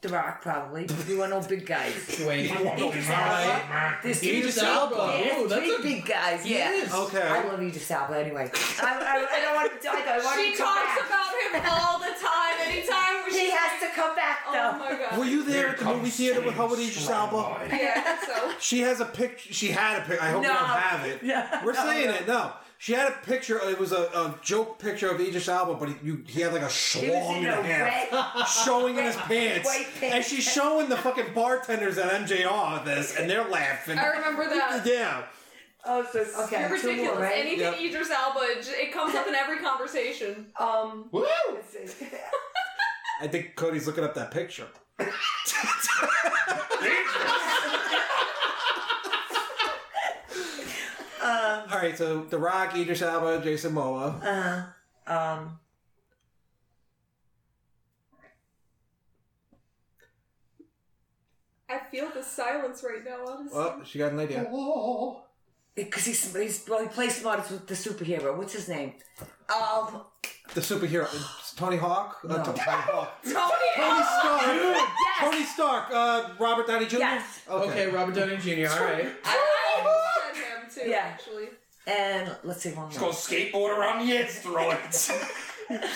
B: The Rock probably. We want no big guys.
F: Dwayne.
B: Idris Elba. This
F: Idris
E: Oh,
F: Elba.
B: Yeah,
F: Ooh, that's
B: big,
F: a
B: big guys. Yeah.
F: Yes.
B: I
E: Okay.
B: love Idris Elba anyway. I, I, I don't want him to die though. I want him
A: She
B: to come
A: talks
B: back.
A: about him all the time. Anytime where
B: he
A: she's
B: has to come back
A: Oh
B: though.
A: my god.
E: Were you there at the movie
H: Comes
E: theater with Howard
H: Steve
E: Idris Elba?
H: Strongboy.
A: Yeah, so
E: She has a picture. She had a picture. I hope
B: No.
E: we don't have it.
B: Yeah.
E: We're saying it. No, she had a picture. It was a, a joke picture of Idris Elba, but he, you, he had like a
B: He was
E: schlong
B: in
E: in
B: a
E: his hand,
B: red.
E: showing in his pants.
B: white pants.
E: and she's showing the fucking bartenders at MJR this, and they're laughing.
A: I remember that.
E: yeah,
B: Oh, so okay.
A: You're
B: two
A: ridiculous.
B: more, right?
A: Anything
E: Yep.
A: Idris Elba, it j- it comes up in every conversation.
B: um.
C: Woo!
B: let's see.
E: I think Cody's looking up that picture.
B: Um.
E: All right, so The Rock, Idris Elba, Jason Moa.
B: Uh. Um.
A: I feel the silence right now, honestly.
E: Oh, she got an idea.
B: Because he's, he's well, he plays smartest with the superhero. What's his name? Um.
E: The superhero, it's Tony Hawk. Uh,
B: No.
E: Tony Hawk.
B: Tony.
E: Tony Stark.
B: Yes.
E: Tony Stark. Uh, Robert Downey Jr.
B: Yes.
F: Okay, Robert Downey Jr. All right.
A: I, I said him too,
B: Yeah.
A: actually.
B: And let's see one
H: Let's go
B: more.
H: skateboard around the edge, throw it.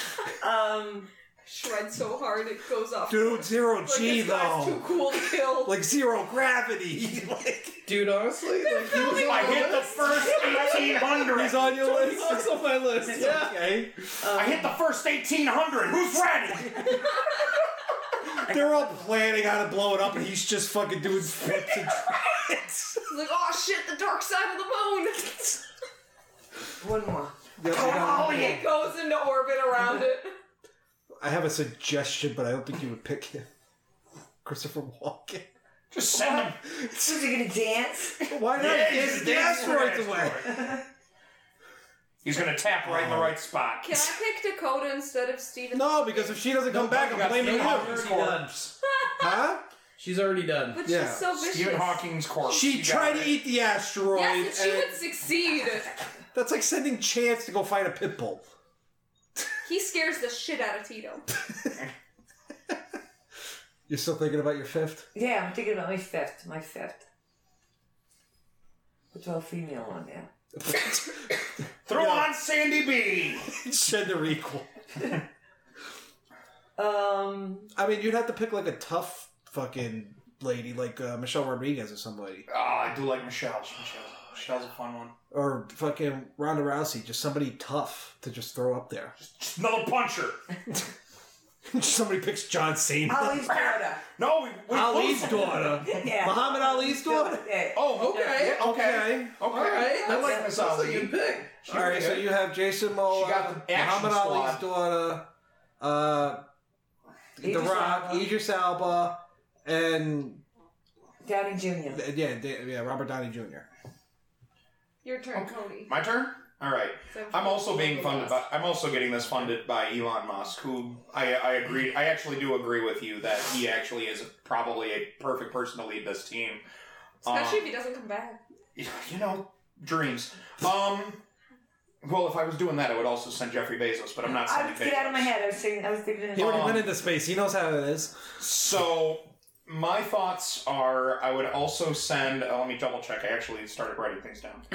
B: Um.
A: Shred so hard it goes off.
E: Dude, zero
A: Like,
E: G
A: this guy's
E: though.
A: too cool to kill.
E: Like zero gravity. like,
F: Dude, honestly, like, he was on
H: I
F: my
H: hit the first 1800.
E: he's on your list.
F: Hawk's on my list. Yeah.
E: Okay.
H: I hit the first 1800. Who's ready?
E: They're all planning how to blow it up, and he's just fucking doing flips and tricks.
A: It's like, oh shit, the dark side of the moon.
B: One more.
E: Yep, I got it.
A: it goes into orbit around it.
E: I have a suggestion, but I don't think you would pick him. Christopher Walken.
H: Just send him.
B: So they're gonna dance.
E: Why not?
H: Yeah,
E: Get
H: he's
E: the
H: dancing with
E: asteroids
H: an
E: away.
H: He's gonna tap right in the right spot.
A: Can I pick Dakota instead of Steven?
E: No, because if she doesn't come back,
H: you
E: I'm
H: got
E: blaming you.
H: Stephen Hawking.
F: She's already done.
E: Huh?
F: She's already done.
A: But
E: Yeah.
A: she's so vicious.
H: Stephen Hawking's corpse.
E: She
H: You got
E: tried to
H: it.
E: eat the asteroid.
A: Yes, and she
E: and
A: would succeed.
E: that's like sending Chance to go fight a pit bull.
A: He scares the shit out of Tito.
E: You're still thinking about your fifth?
B: Yeah, I'm thinking about my fifth. My fifth. What's all female on there?
H: Throw on Sandy B.
E: Gender equal.
B: Um.
E: I mean, you'd have to pick like a tough fucking lady, like uh, Michelle Rodriguez or somebody,
H: Oh, I do like Michelle. Michelle. Michelle's a fun one.
E: or fucking Ronda Rousey, just somebody tough to just throw up there.
H: Just another puncher.
E: somebody picks John Cena,
B: Holly's daughter.
H: No, we, we
E: Ali's
H: close it.
E: daughter,
B: Yeah.
E: Muhammad Ali's daughter.
B: Yeah.
H: Oh,
F: Okay.
H: okay,
E: Okay.
H: okay. I like Miss
F: That's a
H: Ali.
F: good pick.
E: All right, so you have Jason Momoa,
H: She got the action
E: Muhammad Ali's
H: squad.
E: daughter, uh, The
B: Idris
E: Rock,
B: Elba.
E: Idris Elba, and
B: Downey Jr.
E: yeah, da- yeah, Robert Downey Jr.
A: Your turn, Cody.
C: My turn. All right. I'm also being funded by. I'm also getting this funded by Elon Musk, who I, I agree. I actually do agree with you that he actually is probably a perfect person to lead this team. Um,
A: Especially
F: Uh,
A: if he doesn't come back.
C: you know, dreams. Um, well, if I was doing that, I would also send Jeffrey Bezos, but I'm not
B: I
C: sending
B: was
C: Bezos.
B: get out of my head. I was thinking. I was thinking.
E: He already
C: Um,
E: went into space. He knows how it is.
C: So my thoughts are, I would also send. Uh, let me double check. I actually started writing things down.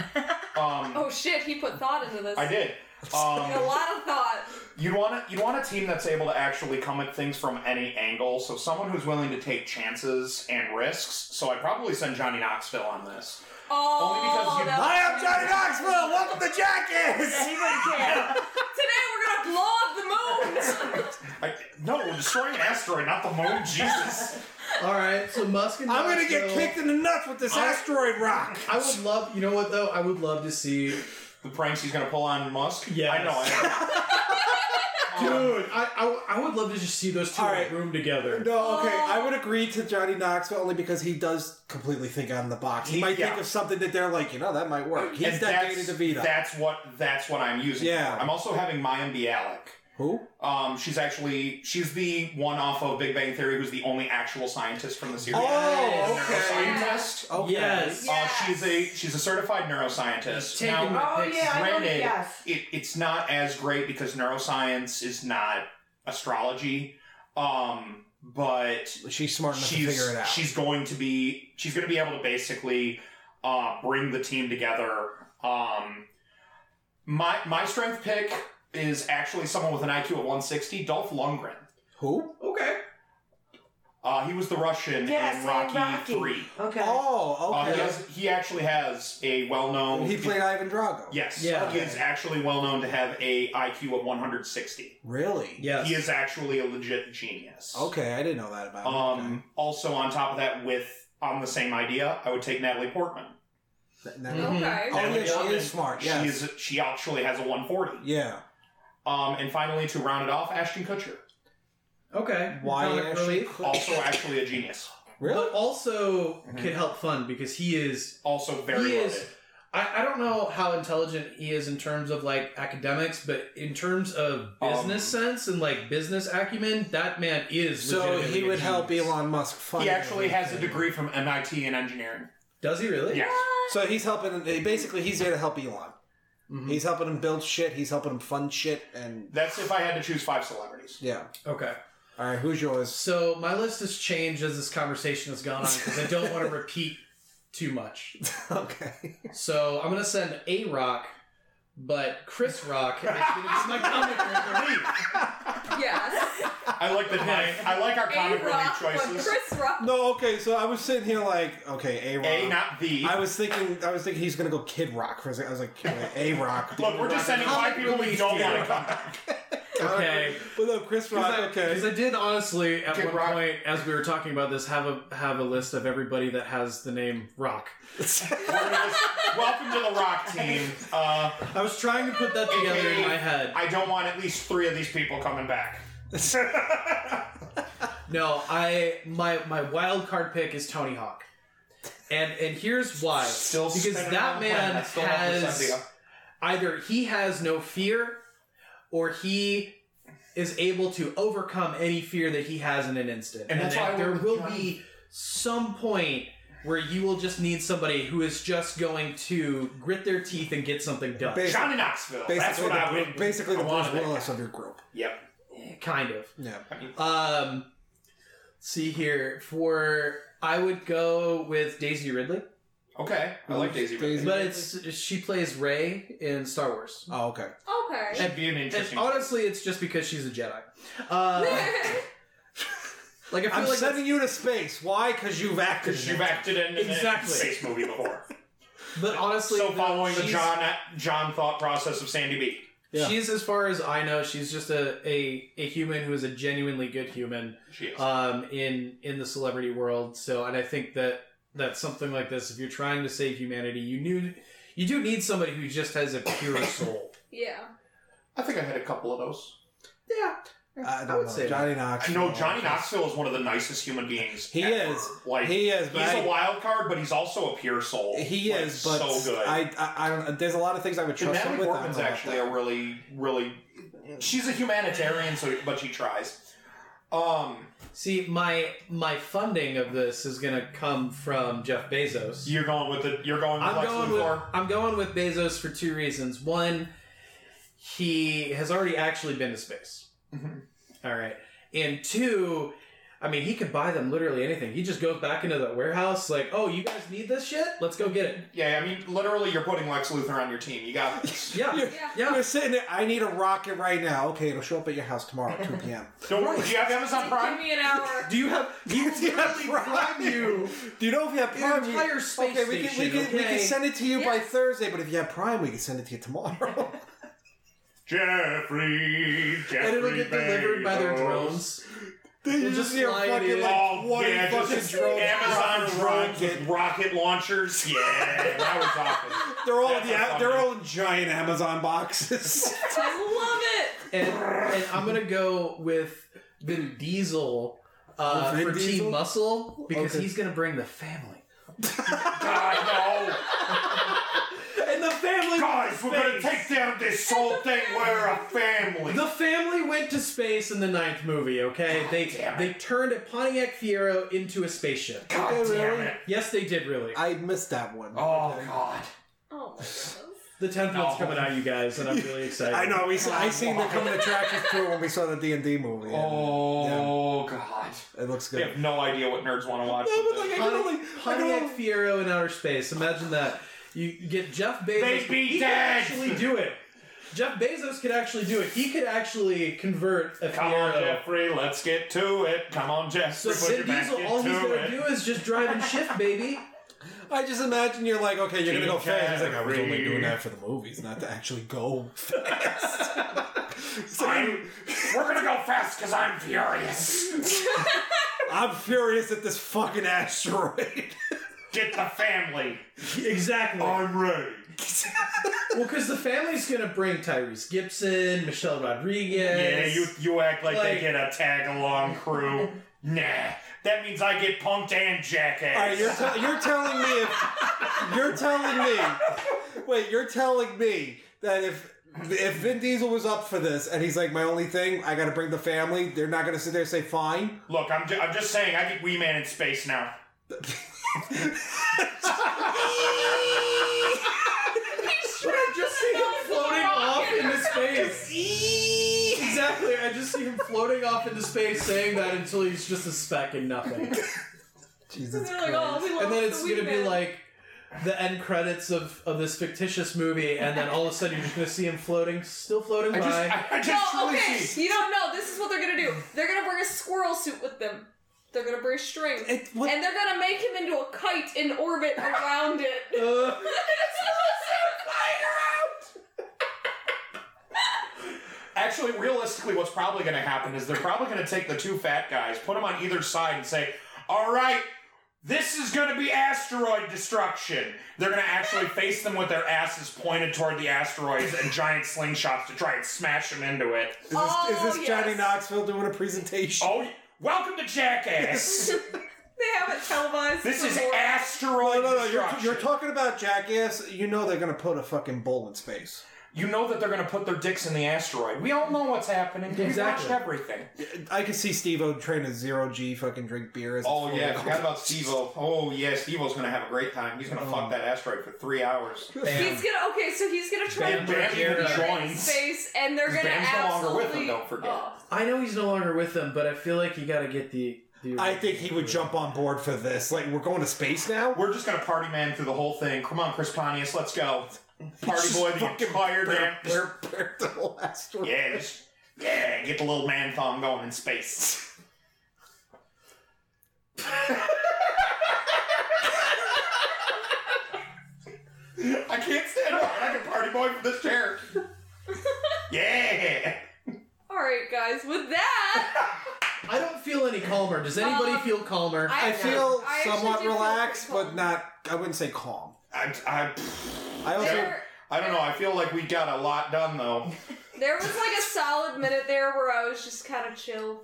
C: Um,
A: Oh shit, he put thought into this.
C: I did.
A: A
C: Um,
A: lot of thought.
C: you'd want to you'd want a team that's able to actually come at things from any angle. So someone who's willing to take chances and risks. So I'd probably send Johnny Knoxville on this.
A: Oh,
C: Only because you-
A: that
E: I
A: was-
E: am Johnny Knoxville. Welcome to Jackass.
B: He wouldn't care.
A: Today we're gonna blow up the moon.
C: I,
F: Uh,
C: no, destroying an asteroid, not the moon. Jesus.
F: All right, so Musk and
E: I'm gonna get
F: Knoxville-
E: kicked in the nuts with this
F: I-
E: asteroid rock.
F: I would love, you know what though? I would love to see.
C: The pranks he's gonna pull on Musk.
F: Yes.
C: I know. I know. Um,
F: Dude, I, I, I would love to just see those two
E: All
F: in a
E: right.
F: room together.
E: No, okay, I would agree to Johnny Knoxville only because he does completely think out of the box. He,
C: He-
E: might think
C: yeah.
E: of something that they're like, you know, that might work. He's
C: and
E: that
C: that's-
E: Danny DeVito.
C: That's what that's what I'm using.
E: Yeah.
C: I'm also having Mayim Bialik.
E: Who?
C: Um, she's actually she's the one off of Big Bang Theory who's the only actual scientist from the series.
E: Oh, okay.
C: Neuroscientist.
E: Okay.
F: Yes.
C: Uh, she's a she's a certified neuroscientist.
F: Taking
C: Now,
F: my
G: Oh,
F: pics.
G: yeah, I know,
C: granted,
G: yes.
C: it, it's not as great because neuroscience is not astrology. Um, but
E: She's smart enough to
C: she's
E: figure it out.
C: she's going to be she's going to be able to basically uh, bring the team together. Um, my my strength pick is actually someone with an IQ of 160, Dolph Lundgren.
E: Who?
F: Okay.
C: Uh, he was the Russian
G: Yes,
C: in
G: in
C: Rocky,
G: Rocky.
C: Three.
G: Okay.
E: Oh,
C: Uh, he,
E: okay.
C: has, he actually has a well known.
E: he played Ivan Drago.
C: Yes,
F: Yeah.
C: he is actually well known to have a IQ of 160.
E: Really?
F: Yes.
C: He is actually a legit genius.
E: Okay, I didn't know that about him.
C: Um, also on top of that, with on the same idea, I would take Natalie Portman.
E: Okay. Th- never-
F: Mhm.
A: Okay.
E: Oh,
C: Natalie
E: yeah, she
C: Portman,
E: is smart.
C: She
E: Yes.
C: is. She actually has a 140.
E: yeah.
C: Um, and finally, to round it off, Ashton Kutcher,
F: Okay.
E: Why
F: Comic
E: Ashley?
F: relief.
C: also actually a genius,
E: Really? Mm-hmm.
F: But also
C: Mhm.
F: can help fund because he is.
C: also very
F: He is-
C: loaded.
F: I, I don't know how intelligent he is in terms of like academics, but in terms of business sense and like business acumen, that man is.
E: Um, So
F: legitimately
E: he
F: a
E: would help
F: genius.
E: Elon Musk fund.
C: He actually has a
E: everything.
C: degree from MIT in engineering.
F: Does he really?
C: Yes.
E: So he's helping. Basically, he's there to help Elon.
C: Mm-hmm.
F: Mhm.
E: He's helping him build shit. He's helping him fund shit. And
C: That's if I had to choose five celebrities.
E: yeah.
F: Okay.
E: All right. Who's yours?
F: So my list has changed as this conversation has gone on because I don't want to repeat too much.
E: okay.
F: So I'm gonna send a Rock, but Chris Rock is gonna be my comic relief.
A: Yes.
C: I like the nine. I like our
A: A
C: comic
A: Rock,
C: relief
A: but
C: choices.
A: Chris Rock.
E: No. Okay. So I was sitting here like, okay, a rock.
C: A, not E. the.
E: I was thinking. I was thinking he's gonna go Kid Rock for a second. I was like, a rock.
C: Look, we're just sending five people we don't want to come.
F: Okay.
E: Well, no, Chris
F: Because
E: Rock.
F: I,
E: okay.
F: 'cause I did honestly at
C: Kid
F: one
C: Rock.
F: point, as we were talking about this, have a have a list of everybody that has the name Rock.
C: We're gonna just, welcome to the rock team. Uh,
F: I was trying to put that together in my head.
C: I don't want at least three of these people coming back.
F: No, I my my wild card pick is Tony Hawk, and and here's why.
C: Still
F: because
C: spinning around
F: that
C: the planet.
F: man
C: I still have this
F: has
C: idea.
F: either he has no fear, or he is able to overcome any fear that he has in an instant.
C: And that's why I
F: there, there
C: went
F: will
C: with
F: be
C: Johnny.
F: some point where you will just need somebody who is just going to grit their teeth and get something done.
E: Basically,
C: Johnny Knoxville. That's
E: basically
C: what I
E: the,
C: would.
E: basically
C: I
E: the Bruce
C: wanted that
E: Willis
C: guy.
E: of your group.
C: Yep.
F: Kind of.
E: Yeah.
F: Um, see here for I would go with Daisy Ridley,
C: Okay. I like Daisy. Ridley.
E: Daisy-
F: but it's she plays Rey in Star Wars.
E: Oh, okay.
A: Okay.
C: Should be an
F: And
C: interesting.
F: honestly, it's just because she's a Jedi. Uh, like I feel
E: I'm
F: like that's-
E: sending you to space. Why? Because you've acted.
C: because
E: in
C: you've
E: it.
C: acted in in a
F: Exactly.
C: space movie before.
F: But honestly,
C: so
F: the-
C: following the
F: she's-
C: John John thought process of Sandy B.
E: Yeah.
F: she's as far as I know, she's just a, a, a human who is a genuinely good human
C: She is.
F: um, in in the celebrity world. So, and I think that that something like this, if you're trying to save humanity, you knew you do need somebody who just has a pure soul.
A: yeah.
C: I think I had a couple of those.
F: Yeah,
E: I, don't
F: would
E: know.
F: say
E: Johnny Knox.
C: I know Johnny Knoxville is one of the nicest human beings.
E: He
C: ever.
E: is.
C: Like
E: He is, but
C: he's
E: I-
C: a wild card, but he's also a pure soul.
E: He
C: Like,
E: is, but
C: so good.
E: I, I, I don't. There's a lot of things I would
C: And
E: trust him
C: Natalie
E: with. I don't
C: Portman's
E: know about
C: actually
E: that.
C: a really, really. She's a humanitarian, so but she tries. Um,
F: See, my my funding of this is gonna come from Jeff Bezos.
C: you're going with the. You're going with
F: I'm
C: Lex
F: going with
C: Luthor.
F: I'm going with Bezos for two reasons. One, he has already actually been to space.
E: Mm-hmm.
F: All right, and two, I mean, he could buy them literally anything. He just goes back into the warehouse, like, "Oh, you guys need this shit? Let's go get it."
C: Yeah, I mean, literally, you're putting Lex Luthor on your team. You got this.
F: Yeah,
A: Yeah.
F: yeah.
E: You're sitting there. I need a rocket right now. Okay, it'll show up at your house tomorrow at 2 p.m.
C: Don't worry. Do you have Amazon
A: Give
C: Prime?
A: me an hour.
F: Do you have?
E: Do you have Prime?
F: you.
E: Do you know if you have Prime? you-
F: entire space
E: okay, we can, we
F: station,
E: can, we
F: okay?
E: can send it to you by
A: Yes.
E: Thursday. But if you have Prime, we can send it to you tomorrow.
C: Jeffrey, Jeffrey.
F: And it'll get delivered by their
C: Bezos.
F: drones.
E: Then you
F: We'll
E: just
F: just
E: hear
F: slide
E: fucking
F: in.
E: like
I: Oh,
E: one
I: yeah,
E: fucking
I: just
E: drone.
I: Amazon drones
E: fucking rocket.
I: with rocket launchers. Yeah, now we're talking.
E: They're all in the,
I: That's
E: they're
I: funny.
E: all in giant Amazon boxes.
A: I love
F: and, and I'm gonna go with Vin Diesel uh,
E: Oh, Vin
F: for
E: Diesel?
F: Team Muscle because
E: Okay.
F: he's gonna bring the family.
I: God,
F: And the family,
I: no. Guys, we're going to take down this whole thing. We're a family.
F: The family went to space in the ninth movie. Okay, they
I: damn
F: they turned a Pontiac Fiero into a spaceship.
I: God
E: Okay,
I: damn
E: really?
I: it.
F: Yes, they did really.
E: I missed that one.
I: Oh, God.
A: it. Oh my goodness.
F: The tenth one's
I: No.
F: coming out, you guys, and I'm really excited.
E: I know. We I seen the coming attractions too when we saw the D and D movie. and
I: Oh, God.
E: it looks
I: They
E: good.
I: have no idea what nerds want to watch.
E: No, but
I: with
E: like I
I: this.
E: can only, I can
F: Pontiac
E: only
F: Fiero in outer space. Imagine that. You you get Jeff Bezos.
I: They'd be
F: he
I: dead.
F: could actually do it. Jeff Bezos could actually do it. He could actually convert a
I: Come on,
F: Fiero.
I: Jeffrey. Let's get to it. Come on,
F: So
I: Jeffrey. put your
F: Vin
I: back
F: Diesel, all he's
I: into
F: gonna
I: it.
F: do is just drive and shift, baby.
E: I just imagine you're like, okay, you're gonna go
I: Jim
E: fast. He's like, I was only
I: Carrey.
E: doing that for the movies, not to actually go fast. He's like,
I: I'm, we're gonna go fast because I'm furious.
E: I'm furious at this fucking asteroid.
I: Get the family.
F: Exactly.
I: I'm ready.
F: Well, because the family's gonna bring Tyrese Gibson, Michelle Rodriguez.
I: Yeah, you you act like,
F: Like-
I: they get a tag along crew. nah, that means I get punked and jackass.
E: All right, you're te- you're telling me if you're telling me, wait, you're telling me that if if Vin Diesel was up for this and he's like, my only thing, I got to bring the family. They're not gonna sit there and say fine.
I: Look, I'm, ju- I'm just saying, I get Wee Man in space now.
F: But I just see him floating off into space. exactly. I just see him floating off into space, saying that until he's just a speck and nothing.
E: Jesus
A: They're like, oh, we love
F: and then it's
A: the
F: gonna
A: Wee Man.
F: be like the end credits of, of this fictitious movie, and then all of a sudden you're just gonna see him floating, still floating
I: I
F: by.
I: just, I, I just
A: No,
I: truly
A: okay.
I: see.
A: You don't know. This is what they're gonna do. They're gonna bring a squirrel suit with them. They're gonna bring a string,
E: It- what-
A: and they're gonna make him into a kite and orbit around it.
F: Uh,
I: Actually, realistically, what's probably gonna happen is they're probably gonna take the two fat guys, put them on either side, and say, "All right." This is going to be asteroid destruction. They're going to actually face them with their asses pointed toward the asteroids and giant slingshots to try and smash them into it.
E: Is this, is this
A: Oh,
E: Johnny
A: yes.
E: Knoxville doing a presentation?
I: Oh, welcome to Jackass.
A: They have it televised.
I: this is
A: before.
I: asteroid
E: no, no, no! You're,
I: destruction.
E: you're talking about jackass. You know they're gonna put a fucking bull in space.
I: You know that they're going to put their dicks in the asteroid. We all know what's happening. We've watched
F: Exactly.
I: everything.
E: I can see Steve O trying to zero G fucking drink beer. As it's
C: Oh yeah,
E: floating.
C: forgot about Steve-O. Oh yeah, Steve-O's gonna have a great time. He's gonna fuck that asteroid for three hours.
A: He's gonna okay, so he's gonna try
I: Bam
A: and bring
I: Bam even
A: him in
I: joins.
A: space, and they're gonna
I: Bam's no
A: absolutely.
I: longer with him, don't forget.
A: Oh.
F: I know he's no longer with them, but I feel like you gotta get the. the
E: I think he would jump on board for this. Like we're going to space now.
C: We're just gonna party man through the whole thing. Come on, Chris Pontius, let's go. Party boy, the entire damn.
E: They're, they're the whole asteroid.
C: Yeah, just, yeah, get the little man thong going in space. I can't stand up. I can party boy from this chair. Yeah.
A: All right, guys. With that,
F: I don't feel any calmer. Does anybody
A: Um,
F: feel calmer?
A: I,
E: I feel
A: I actually
E: somewhat
A: do feel
E: relaxed,
A: pretty
E: but
A: calm.
E: not. I wouldn't say calm.
C: I, I,
E: I also
A: There,
C: I don't know. I feel like we got a lot done though.
A: there was like a solid minute there where I was just kind of chill.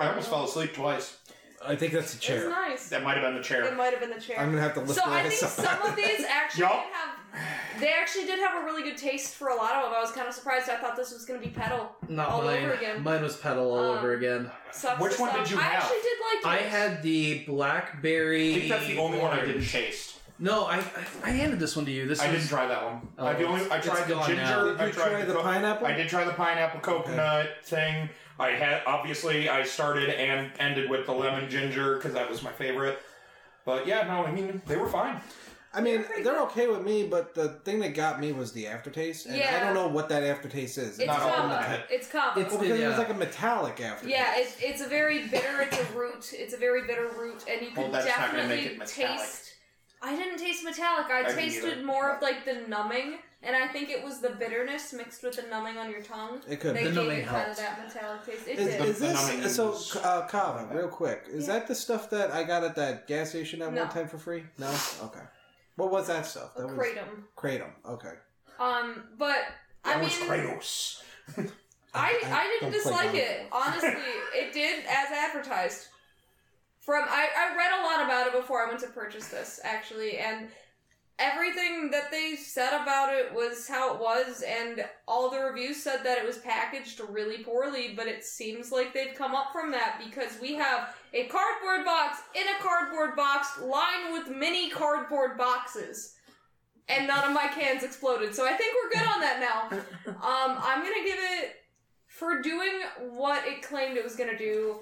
C: I almost fell asleep twice.
E: I think that's a
A: It's
E: chair.
A: nice.
C: That might have been the
A: It
C: chair.
A: might have been the chair.
E: I'm gonna have to lift
A: so
E: my
A: I think
E: ass up.
A: some of these actually
I: Yup.
A: did have they actually did have a really good taste for a lot of them. I was kind of surprised. I thought this was going to be pedal.
F: Not
A: all
F: mine.
A: over again.
F: Mine was pedal all
A: Um,
F: over again.
A: Sucks
I: Which
A: to
I: one
A: suck.
I: did you
A: I
I: have?
A: actually did like.
F: I
A: yours.
F: had the blackberry.
C: I think that's the only one I didn't
F: orange.
C: taste.
F: No, I I- I handed this one to you. This
C: I
F: was,
C: didn't try that one.
F: Oh,
C: I the only I
F: it's
C: tried the
F: gone
C: ginger.
F: now.
E: Did
C: I
E: you
C: tried
E: try the
C: co-
E: pineapple?
C: I did try the pineapple coconut thing. I had obviously I started and ended with the lemon ginger because that was my favorite. But yeah, no, I mean they were fine.
E: I mean, they're okay with me, but the thing that got me was the aftertaste, and I
A: Yeah.
E: don't know what that aftertaste is.
A: It's
C: not all
A: kava.
C: of it.
A: It's kava.
F: It's-
E: well, because it was
F: Yeah.
E: like a metallic aftertaste.
A: yeah, it's it's a very bitter. It's a root. It's a very bitter root, and you
C: Well,
A: can
C: that's not gonna
A: definitely
C: make it metallic.
A: taste. I didn't taste metallic. I,
C: didn't
A: tasted
C: either.
A: more of like the numbing. and I think it was the bitterness mixed with the numbing on your tongue.
E: It could.
A: They
F: The
A: gave
F: numbing
A: it kind of
F: helped.
A: that metallic taste. It
E: Is,
A: did.
E: is
C: Phenomenon
E: this so?
C: is-
E: Uh, Kava, real quick, is
A: Yeah.
E: that the stuff that I got at that gas station at
A: No.
E: one time for free? No. Okay. What was that stuff? That
A: A
E: was
A: kratom.
E: kratom. Okay.
A: Um, but I mean,
C: Kratos.
A: I,
E: I-
A: I didn't
E: don't
A: dislike
E: play
A: it. Honestly, it did as advertised. From I, I read a lot about it before I went to purchase this, actually, and everything that they said about it was how it was, and all the reviews said that it was packaged really poorly, but it seems like they've come up from that because we have a cardboard box in a cardboard box lined with mini cardboard boxes. And none of my cans exploded, so I think we're good on that now. Um, I'm gonna give it for doing what it claimed it was gonna do,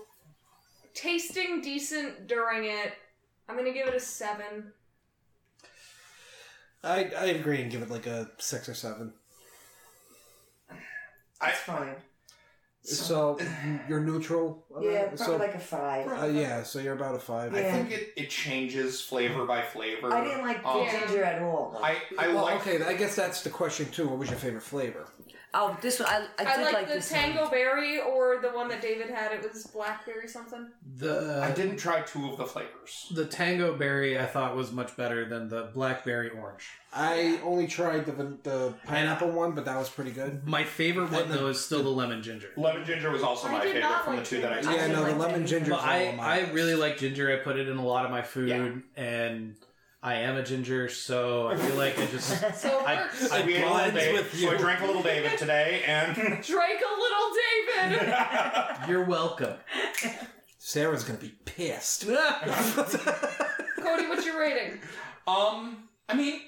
A: tasting decent during it. I'm gonna give it a seven.
E: I I agree and give it like a six or seven.
B: That's fine.
E: So you're neutral. on
B: Yeah,
E: that?
B: probably
E: So
B: like a five.
E: uh, yeah. So you're about a five.
B: Yeah.
C: I think it, it changes flavor by flavor.
B: I didn't like the
C: Um,
A: Yeah.
B: ginger at all. though.
C: I, I
E: well,
C: like
E: okay. I guess that's the question too. What was your favorite flavor?
G: Oh, this one I, I
A: I,
G: did
A: like,
G: like
A: the
G: this
A: tango
G: one.
A: berry or the one that David had. It was blackberry something.
F: The
C: I didn't try two of the flavors.
F: the tango berry I thought was much better than the blackberry orange.
E: I only tried the van- the pineapple one, but that was pretty good.
F: My favorite one
E: And the-
F: though is still the lemon ginger.
C: Lemon ginger was also
A: I
C: my
A: did
C: favorite
A: not
C: from the
A: like
C: two that I
A: ginger.
C: tried.
E: yeah,
G: didn't
E: no,
G: like
E: the
G: that
E: lemon
G: either.
E: ginger.
F: But I, I really like ginger. I put it in a lot of my food, and I am a ginger, so I feel like I just
A: So it
F: I-
A: works.
F: I-
C: we ate a
F: blends
C: little David,
F: with
C: So I
F: you.
C: drank a little David today, and
A: Drake a little David.
F: you're welcome.
E: Sarah's gonna be pissed.
A: Cody, what's your rating?
I: Um, I mean,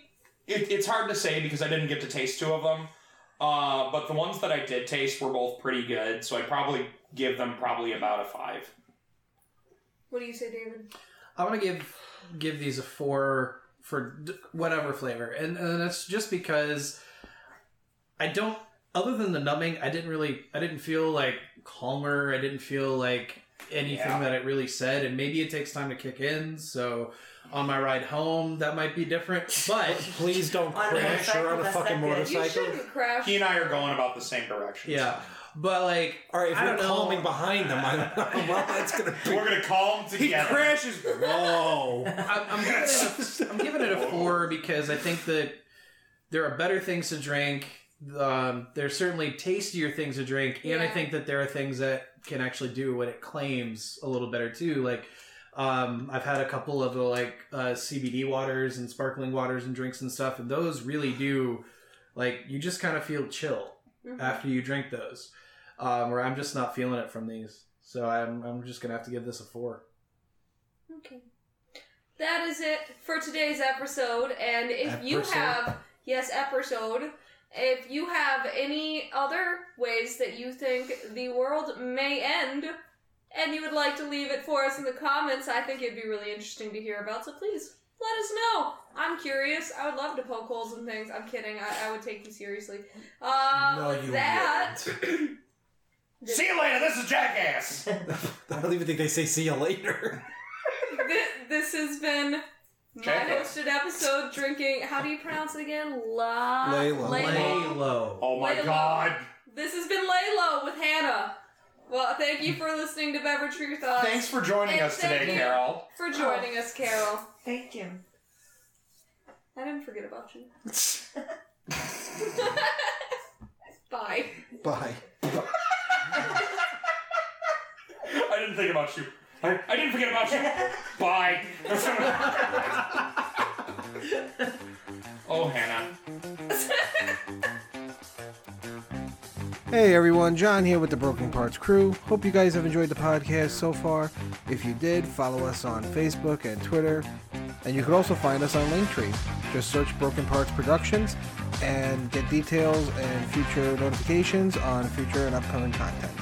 I: it, it's hard to say because I didn't get to taste two of them. Uh, but the ones that I did taste were both pretty good, so I'd probably give them probably about a five.
A: What do you say, David?
F: I want to give give these a four for d- whatever flavor, and, and that's just because I don't. Other than the numbing, I didn't really. I didn't feel like calmer. I didn't feel like anything
I: Yeah.
F: that it really said, and maybe it takes time to kick in. So on my ride home, that might be different, but.
E: Please don't
G: On a
E: crash or on a
G: motorcycle,
E: fucking
G: that's
A: You
E: motorcycle.
A: shouldn't crash.
C: he and I are going about the same direction.
F: Yeah, but like,
E: Or if
F: I
E: you're
F: don't know.
E: calming behind him, I don't know. Well, that's gonna be.
C: We're gonna calm
E: He
C: together.
E: crashes. Whoa.
F: I'm, I'm, giving it a, I'm giving it a four because I think that there are better things to drink. Um, there's certainly tastier things to drink, and I
A: Yeah.
F: think that there are things that can actually do what it claims a little better too. Like, um, I've had a couple of the like uh, CBD waters and sparkling waters and drinks and stuff, and those really do like you just kind of feel chill
A: Mhm.
F: after you drink those. Um, where I'm just not feeling it from these, so I'm I'm just gonna have to give this a four.
A: Okay. That is it for today's episode. And if you
E: Episode?
A: have, yes, episode, if you have any other ways that you think the world may end and you would like to leave it for us in the comments, I think it'd be really interesting to hear about. So please let us know. I'm curious. I would love to poke holes in things. I'm kidding. I, I would take you seriously. Uh,
E: No,
A: with
E: you
A: that.
I: See you later. This is Jackass.
E: I don't even think they say see you later.
A: Th- this has been my
I: Jackass.
A: hosted episode drinking. How do you pronounce it again? La-
E: Layla.
A: Layla.
F: Laylow.
C: Oh my
A: Layla.
C: god.
A: This has been Layla with Hannah. Well, thank you for listening to Beverage for Your Thoughts.
C: Thanks for joining
A: And
C: us
A: thank
C: today,
A: you
C: Carol.
A: for joining us, Carol.
B: Thank you.
A: I didn't forget about you. Bye.
E: Bye.
I: I didn't think about you. I, I didn't forget about you. Bye. oh, Hannah.
E: Hey everyone, John here with the Broken Parts crew. Hope you guys have enjoyed the podcast so far. If you did, follow us on Facebook and Twitter. And you could also find us on Linktree. Just search Broken Parts Productions and get details and future notifications on future and upcoming content.